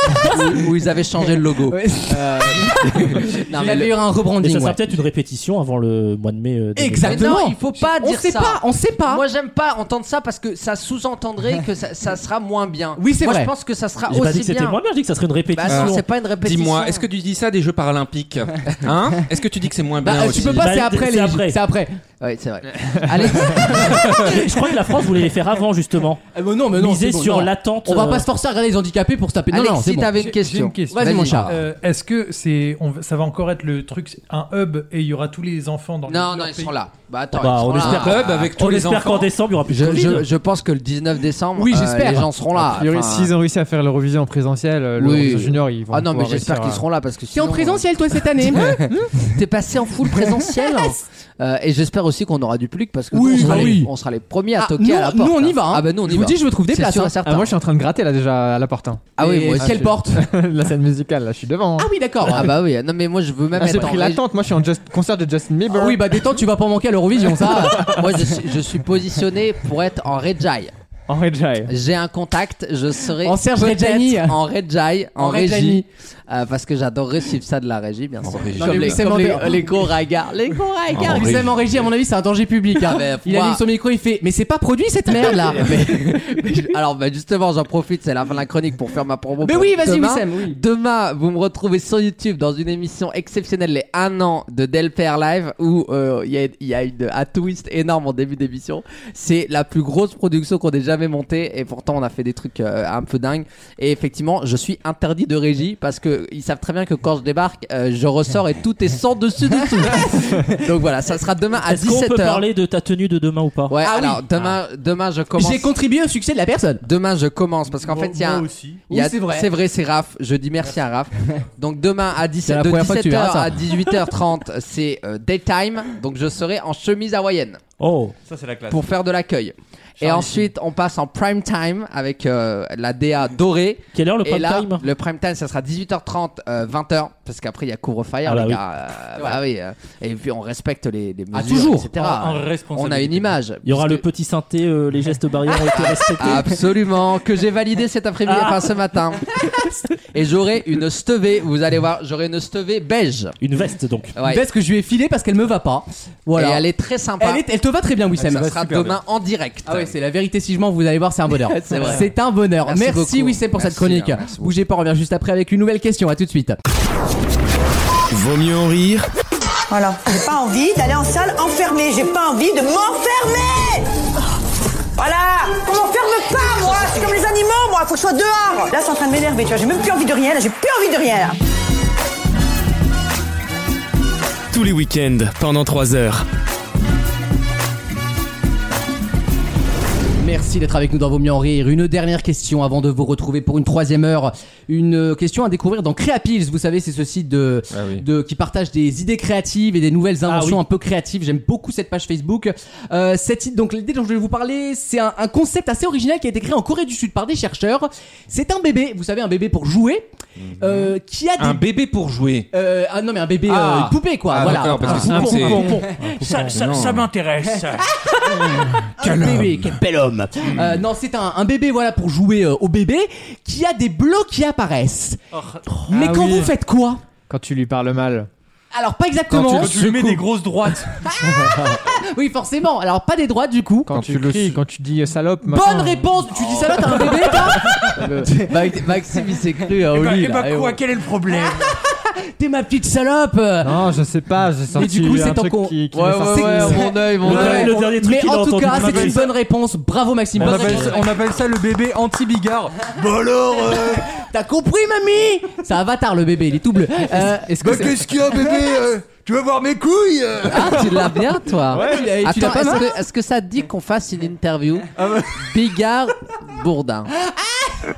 Speaker 8: où, où ils avaient changé le logo.
Speaker 2: Ouais. [LAUGHS]
Speaker 8: Euh, non,
Speaker 2: Il y
Speaker 8: mais le-
Speaker 2: avait eu un
Speaker 7: Et
Speaker 2: rebranding.
Speaker 7: ça sera
Speaker 2: ouais.
Speaker 7: peut-être une répétition avant le mois de mai. euh, de-
Speaker 2: Exactement.
Speaker 8: Mais non, il faut pas
Speaker 2: on
Speaker 8: dire
Speaker 2: sait
Speaker 8: ça.
Speaker 2: pas, hein. on sait pas.
Speaker 8: Moi, j'aime pas entendre ça parce que ça
Speaker 2: [LAUGHS]
Speaker 8: sous-entendrait que ça, ça sera moins bien.
Speaker 2: Oui, c'est
Speaker 8: Moi,
Speaker 2: vrai.
Speaker 8: je pense que ça sera
Speaker 7: J'ai pas dit
Speaker 8: aussi
Speaker 7: que c'était
Speaker 8: bien.
Speaker 7: moi bien, je dis que ça serait une répétition.
Speaker 8: Bah non, c'est pas une répétition.
Speaker 5: Dis-moi, est-ce que tu dis ça des
Speaker 6: [LAUGHS]
Speaker 5: Jeux Paralympiques Hein Est-ce que tu dis que c'est moins bien
Speaker 2: Bah, euh,
Speaker 5: aussi
Speaker 2: tu peux pas, c'est
Speaker 7: Bah,
Speaker 2: après
Speaker 7: c'est
Speaker 2: les.
Speaker 7: après.
Speaker 2: C'est après.
Speaker 8: Oui, c'est
Speaker 2: Euh,
Speaker 8: vrai. Allez,
Speaker 7: je crois que la France voulait les faire avant justement.
Speaker 2: Ah, mais non, mais non,
Speaker 7: Miser
Speaker 2: c'est bon,
Speaker 7: sur
Speaker 2: non.
Speaker 7: l'attente.
Speaker 2: On va
Speaker 7: euh,
Speaker 2: pas se forcer à regarder les handicapés pour se taper. Non, non,
Speaker 8: Alexis,
Speaker 2: c'est bon.
Speaker 8: t'avais une
Speaker 9: J'ai-
Speaker 8: question.
Speaker 9: j'ai une question.
Speaker 2: Vas-y, mon chat.
Speaker 9: Euh, Est-ce que c'est, on, va- ça va encore être le truc, c'est un hub et il y aura tous les enfants dans
Speaker 8: Non,
Speaker 9: le
Speaker 8: non, ils sont là. Bah attends,
Speaker 7: Bah, on espère
Speaker 8: club
Speaker 7: qu'en- on espère qu'en décembre, il y aura plus de
Speaker 8: je,
Speaker 7: Covid.
Speaker 8: je, je pense que le 19 décembre,
Speaker 7: Oui,
Speaker 8: euh,
Speaker 7: j'espère.
Speaker 8: les gens seront
Speaker 6: A
Speaker 8: là.
Speaker 6: priori,
Speaker 8: Enfin,
Speaker 6: s'ils ont réussi à faire l'Eurovision en présentiel, euh, l'Eurovision Junior, ils vont.
Speaker 8: Ah non, mais
Speaker 6: pouvoir
Speaker 8: j'espère
Speaker 6: réussir
Speaker 8: qu'ils
Speaker 6: à-
Speaker 8: seront là parce que
Speaker 2: T'es en
Speaker 8: sinon,
Speaker 2: présentiel toi cette [LAUGHS] année
Speaker 8: T'es passé en [LAUGHS] full présentiel. euh, et j'espère aussi qu'on aura du public parce que
Speaker 2: Oui,
Speaker 8: nous, on, sera
Speaker 2: bah
Speaker 8: les,
Speaker 2: oui.
Speaker 8: on sera les premiers à
Speaker 2: Ah,
Speaker 8: toquer
Speaker 2: nous-
Speaker 8: à la
Speaker 2: nous,
Speaker 8: porte.
Speaker 2: on y va, hein.
Speaker 8: Ah bah nous on y
Speaker 6: Je vous
Speaker 8: va.
Speaker 6: dis, je me trouve des
Speaker 8: C'est
Speaker 6: places,
Speaker 8: sûr et
Speaker 6: hein.
Speaker 8: certain.
Speaker 6: Ah, moi, je suis en train de gratter là déjà à la porte. hein.
Speaker 8: Ah oui,
Speaker 6: Et
Speaker 8: moi aussi.
Speaker 6: quelle porte La scène musicale, là, je suis devant.
Speaker 2: Ah oui, d'accord.
Speaker 8: Ah bah oui, non mais moi je veux même
Speaker 6: Ah, J'ai
Speaker 8: être en
Speaker 6: pris l'attente, moi je suis en just- concert de Justin Bieber.
Speaker 2: Oui, bah détends, tu vas pas manquer à l'Eurovision,
Speaker 8: [LAUGHS]
Speaker 2: ça.
Speaker 8: Moi, je suis, je suis positionné pour être en Redjai.
Speaker 6: En Redjai.
Speaker 8: J'ai un contact, je serai
Speaker 2: En Serge
Speaker 8: peut-être
Speaker 2: Reggiani.
Speaker 8: En Redjai, en,
Speaker 2: En
Speaker 8: régie.
Speaker 2: Reggiani.
Speaker 8: Euh, parce que j'adorerais suivre ça de la régie, bien sûr.
Speaker 2: régie.
Speaker 8: Comme
Speaker 2: Non,
Speaker 8: les,
Speaker 2: mais
Speaker 8: comme les,
Speaker 2: c'est-
Speaker 8: les gros ragards. Les gros ragards.
Speaker 2: Ils aiment en régie, à mon avis, c'est un danger public. hein.
Speaker 8: Ah, mais
Speaker 2: Il
Speaker 8: moi-
Speaker 2: allume son micro, il fait Mais c'est pas produit cette merde
Speaker 8: [LAUGHS]
Speaker 2: là
Speaker 8: Alors, bah, justement, j'en profite, c'est la fin de la chronique pour faire ma promo.
Speaker 2: Mais
Speaker 8: pour
Speaker 2: oui, vas-y,
Speaker 8: demain.
Speaker 2: Wissem, oui.
Speaker 8: Demain, vous me retrouvez sur YouTube dans une émission exceptionnelle, les 1 an de Delpère Live, où euh, il y, a- il y a une, un twist énorme en début d'émission. C'est la plus grosse production qu'on ait jamais montée, et pourtant, on a fait des trucs euh, un peu dingues. Et effectivement, je suis interdit de régie parce que ils savent très bien que quand je débarque, euh, je ressors et tout est sans dessus dessous.
Speaker 7: [LAUGHS]
Speaker 8: Donc voilà, ça sera demain à
Speaker 7: Est-ce qu'on
Speaker 8: 17h.
Speaker 7: peut parler Ah de ta tenue de demain ou pas
Speaker 8: Ouais, alors demain, demain je commence.
Speaker 2: J'ai contribué au succès de la personne.
Speaker 8: Demain je commence parce qu'en
Speaker 2: Moi-
Speaker 8: fait il y a.
Speaker 2: moi aussi.
Speaker 8: il y a-
Speaker 2: Oui, c'est vrai.
Speaker 8: C'est vrai, c'est Raph. Je dis merci à Raph. [LAUGHS] Donc demain à 17,
Speaker 2: C'est la
Speaker 8: de
Speaker 2: première fois que tu
Speaker 8: 17h
Speaker 2: verras ça.
Speaker 8: à 18h30, c'est euh, daytime. Donc je serai en chemise hawaïenne.
Speaker 7: Oh
Speaker 4: Ça, c'est la classe.
Speaker 8: Pour faire de l'accueil. Et ensuite, on passe en prime time avec euh, la DA dorée.
Speaker 7: Quelle heure le
Speaker 8: Et
Speaker 7: prime
Speaker 8: là,
Speaker 7: time
Speaker 8: Le prime time, ça sera 18h30, 20h. euh, Parce qu'après, il y a couvre-fire,
Speaker 7: Ah bah
Speaker 8: les
Speaker 7: oui. Ah,
Speaker 8: gars. Euh, bah oui. euh, Et puis, on respecte les, les mesures.
Speaker 7: toujours.
Speaker 8: etc.
Speaker 7: En- en
Speaker 8: on a
Speaker 7: responsabilité.
Speaker 8: une image.
Speaker 7: Il y aura le petit synthé, euh, les gestes barrières ont été respectés.
Speaker 8: Absolument, que j'ai validé cet
Speaker 2: Ah.
Speaker 8: après-midi, enfin ce matin. Et j'aurai une stevée, vous allez voir, j'aurai une stevée beige.
Speaker 7: Une veste donc.
Speaker 8: Ouais.
Speaker 2: Peut-être que je lui ai filé parce qu'elle me va pas. Voilà.
Speaker 8: Et elle est très sympa.
Speaker 2: Elle, est- elle te va très bien, Wissem.
Speaker 8: Ça sera demain en direct.
Speaker 2: Ah ouais, c'est la vérité si je mens, vous allez voir, c'est un bonheur.
Speaker 8: [LAUGHS] C'est vrai.
Speaker 2: un bonheur.
Speaker 8: Merci
Speaker 2: Merci,
Speaker 8: beaucoup.
Speaker 2: Wissem pour
Speaker 8: Merci,
Speaker 2: cette chronique.
Speaker 8: hein, merci beaucoup.
Speaker 2: Bougez pas, on revient juste après avec une nouvelle question. À tout de suite.
Speaker 1: Vaut mieux en rire
Speaker 12: Voilà. J'ai pas envie d'aller en salle enfermée. J'ai pas envie de m'enfermer. Voilà. On m'enferme pas, moi. Je suis comme les animaux, moi. Faut que je sois dehors. Là, c'est en train de m'énerver. Tu vois, j'ai même plus envie de rien. Là, j'ai plus envie de rien. là.
Speaker 1: tous les week-ends pendant 3 heures.
Speaker 2: Merci d'être avec nous dans Vos Mieux en Rire. Une dernière question avant de vous retrouver pour une troisième heure. Une euh, question à découvrir dans Creapills. Vous savez, c'est ce site de,
Speaker 5: Ah
Speaker 2: de- qui partage des idées créatives et des nouvelles inventions
Speaker 7: oui.
Speaker 2: un peu créatives. J'aime beaucoup cette page Facebook. Euh, cette idée, donc l'idée dont je vais vous parler, c'est un, un concept assez original qui a été créé en Corée du Sud par des chercheurs. C'est un bébé, vous savez, un bébé pour jouer, euh, qui a des...
Speaker 5: Mhm. Un bébé pour jouer.
Speaker 2: Euh, ah non mais un bébé,
Speaker 5: Ah.
Speaker 2: euh, une poupée quoi,
Speaker 5: Ah,
Speaker 2: voilà.
Speaker 5: d'accord, parce que
Speaker 2: Un
Speaker 5: sinon,
Speaker 2: poupon,
Speaker 5: c'est-
Speaker 2: poupon.
Speaker 5: Ça- ça- ça
Speaker 7: m'intéresse.
Speaker 2: quel bébé, quel bel homme. Euh, non, c'est un, un bébé voilà pour jouer euh, au bébé qui a des bleus qui apparaissent. Mais
Speaker 6: Ah
Speaker 2: quand
Speaker 6: oui.
Speaker 2: vous faites quoi
Speaker 6: Quand tu lui parles mal.
Speaker 2: Alors pas exactement.
Speaker 6: Quand
Speaker 4: Tu lui mets des grosses droites.
Speaker 2: Oui, forcément. Alors pas des droits du coup.
Speaker 6: Quand tu cries, quand tu dis euh, salope.
Speaker 2: Bonne réponse. Tu dis ça là, t'as un bébé toi
Speaker 8: [LAUGHS] Max- Maxime, il s'est cru à
Speaker 4: Eh
Speaker 2: ben,
Speaker 4: bah,
Speaker 8: Oli.
Speaker 4: eh bah
Speaker 8: là, eh
Speaker 4: quoi,
Speaker 8: oh.
Speaker 4: quel est le problème
Speaker 2: T'es ma petite salope.
Speaker 6: Non, je sais pas, j'ai
Speaker 2: Mais
Speaker 6: senti
Speaker 2: du coup,
Speaker 6: un
Speaker 2: c'est en
Speaker 6: truc
Speaker 2: con.
Speaker 6: qui, qui
Speaker 8: Ouais,
Speaker 6: me
Speaker 8: ouais,
Speaker 6: sentait-
Speaker 8: ouais, mon œil, mon
Speaker 7: Le-
Speaker 8: œil.
Speaker 7: le dernier truc
Speaker 2: Mais
Speaker 7: qu'il a
Speaker 2: en tout
Speaker 7: entendu.
Speaker 2: cas,
Speaker 7: on
Speaker 2: c'est
Speaker 7: appelle
Speaker 2: une
Speaker 7: ça-
Speaker 2: bonne réponse. Bravo Maxime.
Speaker 4: Bah, on
Speaker 2: Bonne
Speaker 4: appelle,
Speaker 2: réponse.
Speaker 4: ça, on appelle ça le bébé anti-bigard. Bah alors
Speaker 6: [LAUGHS]
Speaker 4: euh,
Speaker 2: T'as compris mamie C'est Avatar le bébé, il est tout bleu. Euh,
Speaker 6: Est-ce que
Speaker 4: Bah
Speaker 6: c'est-
Speaker 4: qu'est-ce qu'il y a bébé euh, Tu veux voir mes couilles euh
Speaker 8: Ah, tu l'as bien, toi.
Speaker 2: tu l'as- tu
Speaker 6: Ah,
Speaker 2: l'as
Speaker 8: Attends,
Speaker 2: pas Ah
Speaker 8: est-ce
Speaker 2: mal
Speaker 8: que, est-ce que ça te dit qu'on fasse une interview Bigard Bourdin.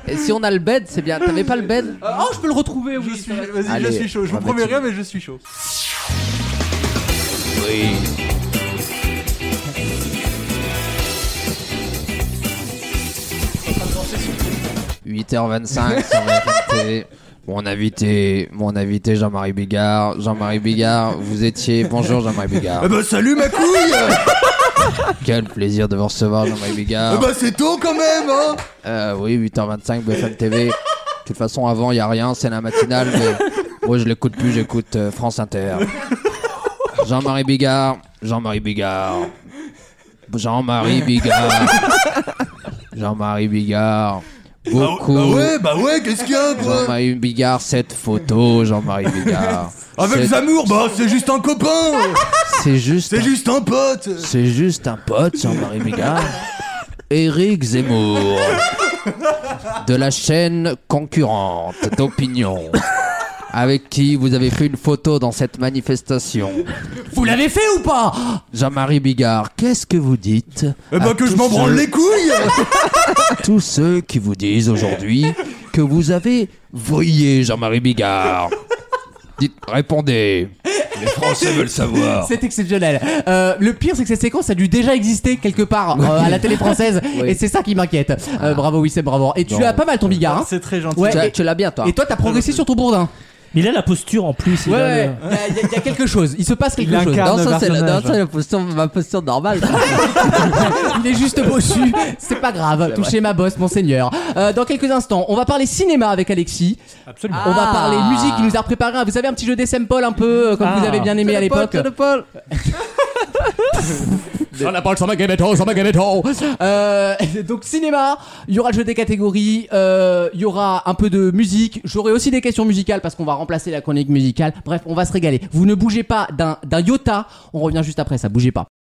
Speaker 8: Et si on a le bed, c'est bien. T'avais pas le bed
Speaker 6: Ah,
Speaker 2: Oh, je peux le retrouver.
Speaker 4: Je
Speaker 2: Oui.
Speaker 4: suis, vas-y, je
Speaker 8: Allez,
Speaker 4: suis chaud. Je
Speaker 8: on
Speaker 4: vous
Speaker 8: va
Speaker 4: promets
Speaker 8: mettre
Speaker 4: rien, mais je suis chaud.
Speaker 8: une- 8h25 sur BFM TV. Mon invité, mon invité Jean-Marie Bigard. Jean-Marie Bigard, vous étiez. Bonjour Jean-Marie Bigard.
Speaker 4: Eh bah salut ma couille
Speaker 6: [LAUGHS]
Speaker 4: euh.
Speaker 8: Quel plaisir de vous recevoir Jean-Marie
Speaker 4: Eh
Speaker 8: Bigard.
Speaker 4: bah c'est tôt quand même hein
Speaker 8: Euh, oui, 8h25, BFM TV. De toute façon, avant, il a rien, c'est la matinale. Mais moi, je l'écoute plus, j'écoute euh, France Inter. Jean-Marie Bigard, Jean-Marie Bigard, Jean-Marie Bigard, Jean-Marie Bigard.
Speaker 4: bah,
Speaker 8: Beaucoup.
Speaker 4: bah ouais, bah ouais, qu'est-ce qu'il y a quoi
Speaker 8: Jean-Marie Bigard, cette photo, Jean-Marie Bigard.
Speaker 4: Avec
Speaker 8: C'est-
Speaker 4: Zamour, bah c'est juste un copain euh.
Speaker 8: C'est juste,
Speaker 4: C'est juste un pote
Speaker 8: c'est juste un pote, Jean-Marie Bigard. Éric Zemmour, de la chaîne concurrente d'opinion. avec qui vous avez fait une photo dans cette manifestation.
Speaker 2: Vous l'avez fait ou pas
Speaker 8: Jean-Marie Bigard, qu'est-ce que vous dites
Speaker 4: Eh ben,
Speaker 8: à
Speaker 4: que je
Speaker 8: tous
Speaker 4: m'en branle
Speaker 8: ceux-
Speaker 4: les couilles
Speaker 8: Tous ceux qui vous disent aujourd'hui que vous avez vrillé Jean-Marie Bigard. Dites, répondez. Les Français veulent savoir.
Speaker 2: C'est exceptionnel. Euh, le pire, c'est que cette séquence a dû déjà exister quelque part euh, à la télé française. Et c'est ça qui m'inquiète. Euh, bravo, oui, c'est bravo. Et tu
Speaker 7: Non.
Speaker 2: as pas mal ton bigard. hein.
Speaker 4: C'est très gentil.
Speaker 2: Ouais,
Speaker 7: Tu l'as-
Speaker 2: et-
Speaker 7: tu l'as bien, toi.
Speaker 2: Et toi, t'as progressé sur ton bourdin.
Speaker 7: Mais il a la posture en plus. il
Speaker 2: Ouais,
Speaker 7: a
Speaker 2: ouais.
Speaker 7: le-
Speaker 2: Euh, Il y, a- il y a quelque chose. Il se passe quelque
Speaker 7: Il
Speaker 2: chose.
Speaker 7: incarne Non, ça, c'est le la- personnage. non, ça, la
Speaker 8: posture, ma posture normale.
Speaker 2: il est juste bossu. C'est pas grave. Touchez ma bosse, monseigneur. Euh, dans quelques instants, on va parler cinéma avec Alexis.
Speaker 9: Absolument.
Speaker 2: On va
Speaker 8: Ah.
Speaker 2: parler musique. Il nous a préparé. un- Vous savez un petit jeu des samples un peu euh, comme vous avez bien aimé à l'époque. [LAUGHS] Sur la porte, sur ma gambeto, sur ma gambeto. Euh, donc cinéma, il y aura le jeu des catégories, euh, il y aura un peu de musique, j'aurai aussi des questions musicales parce qu'on va remplacer la chronique musicale. Bref, on va se régaler. Vous ne bougez pas d'un d'un iota, on revient juste après ça, bougez pas.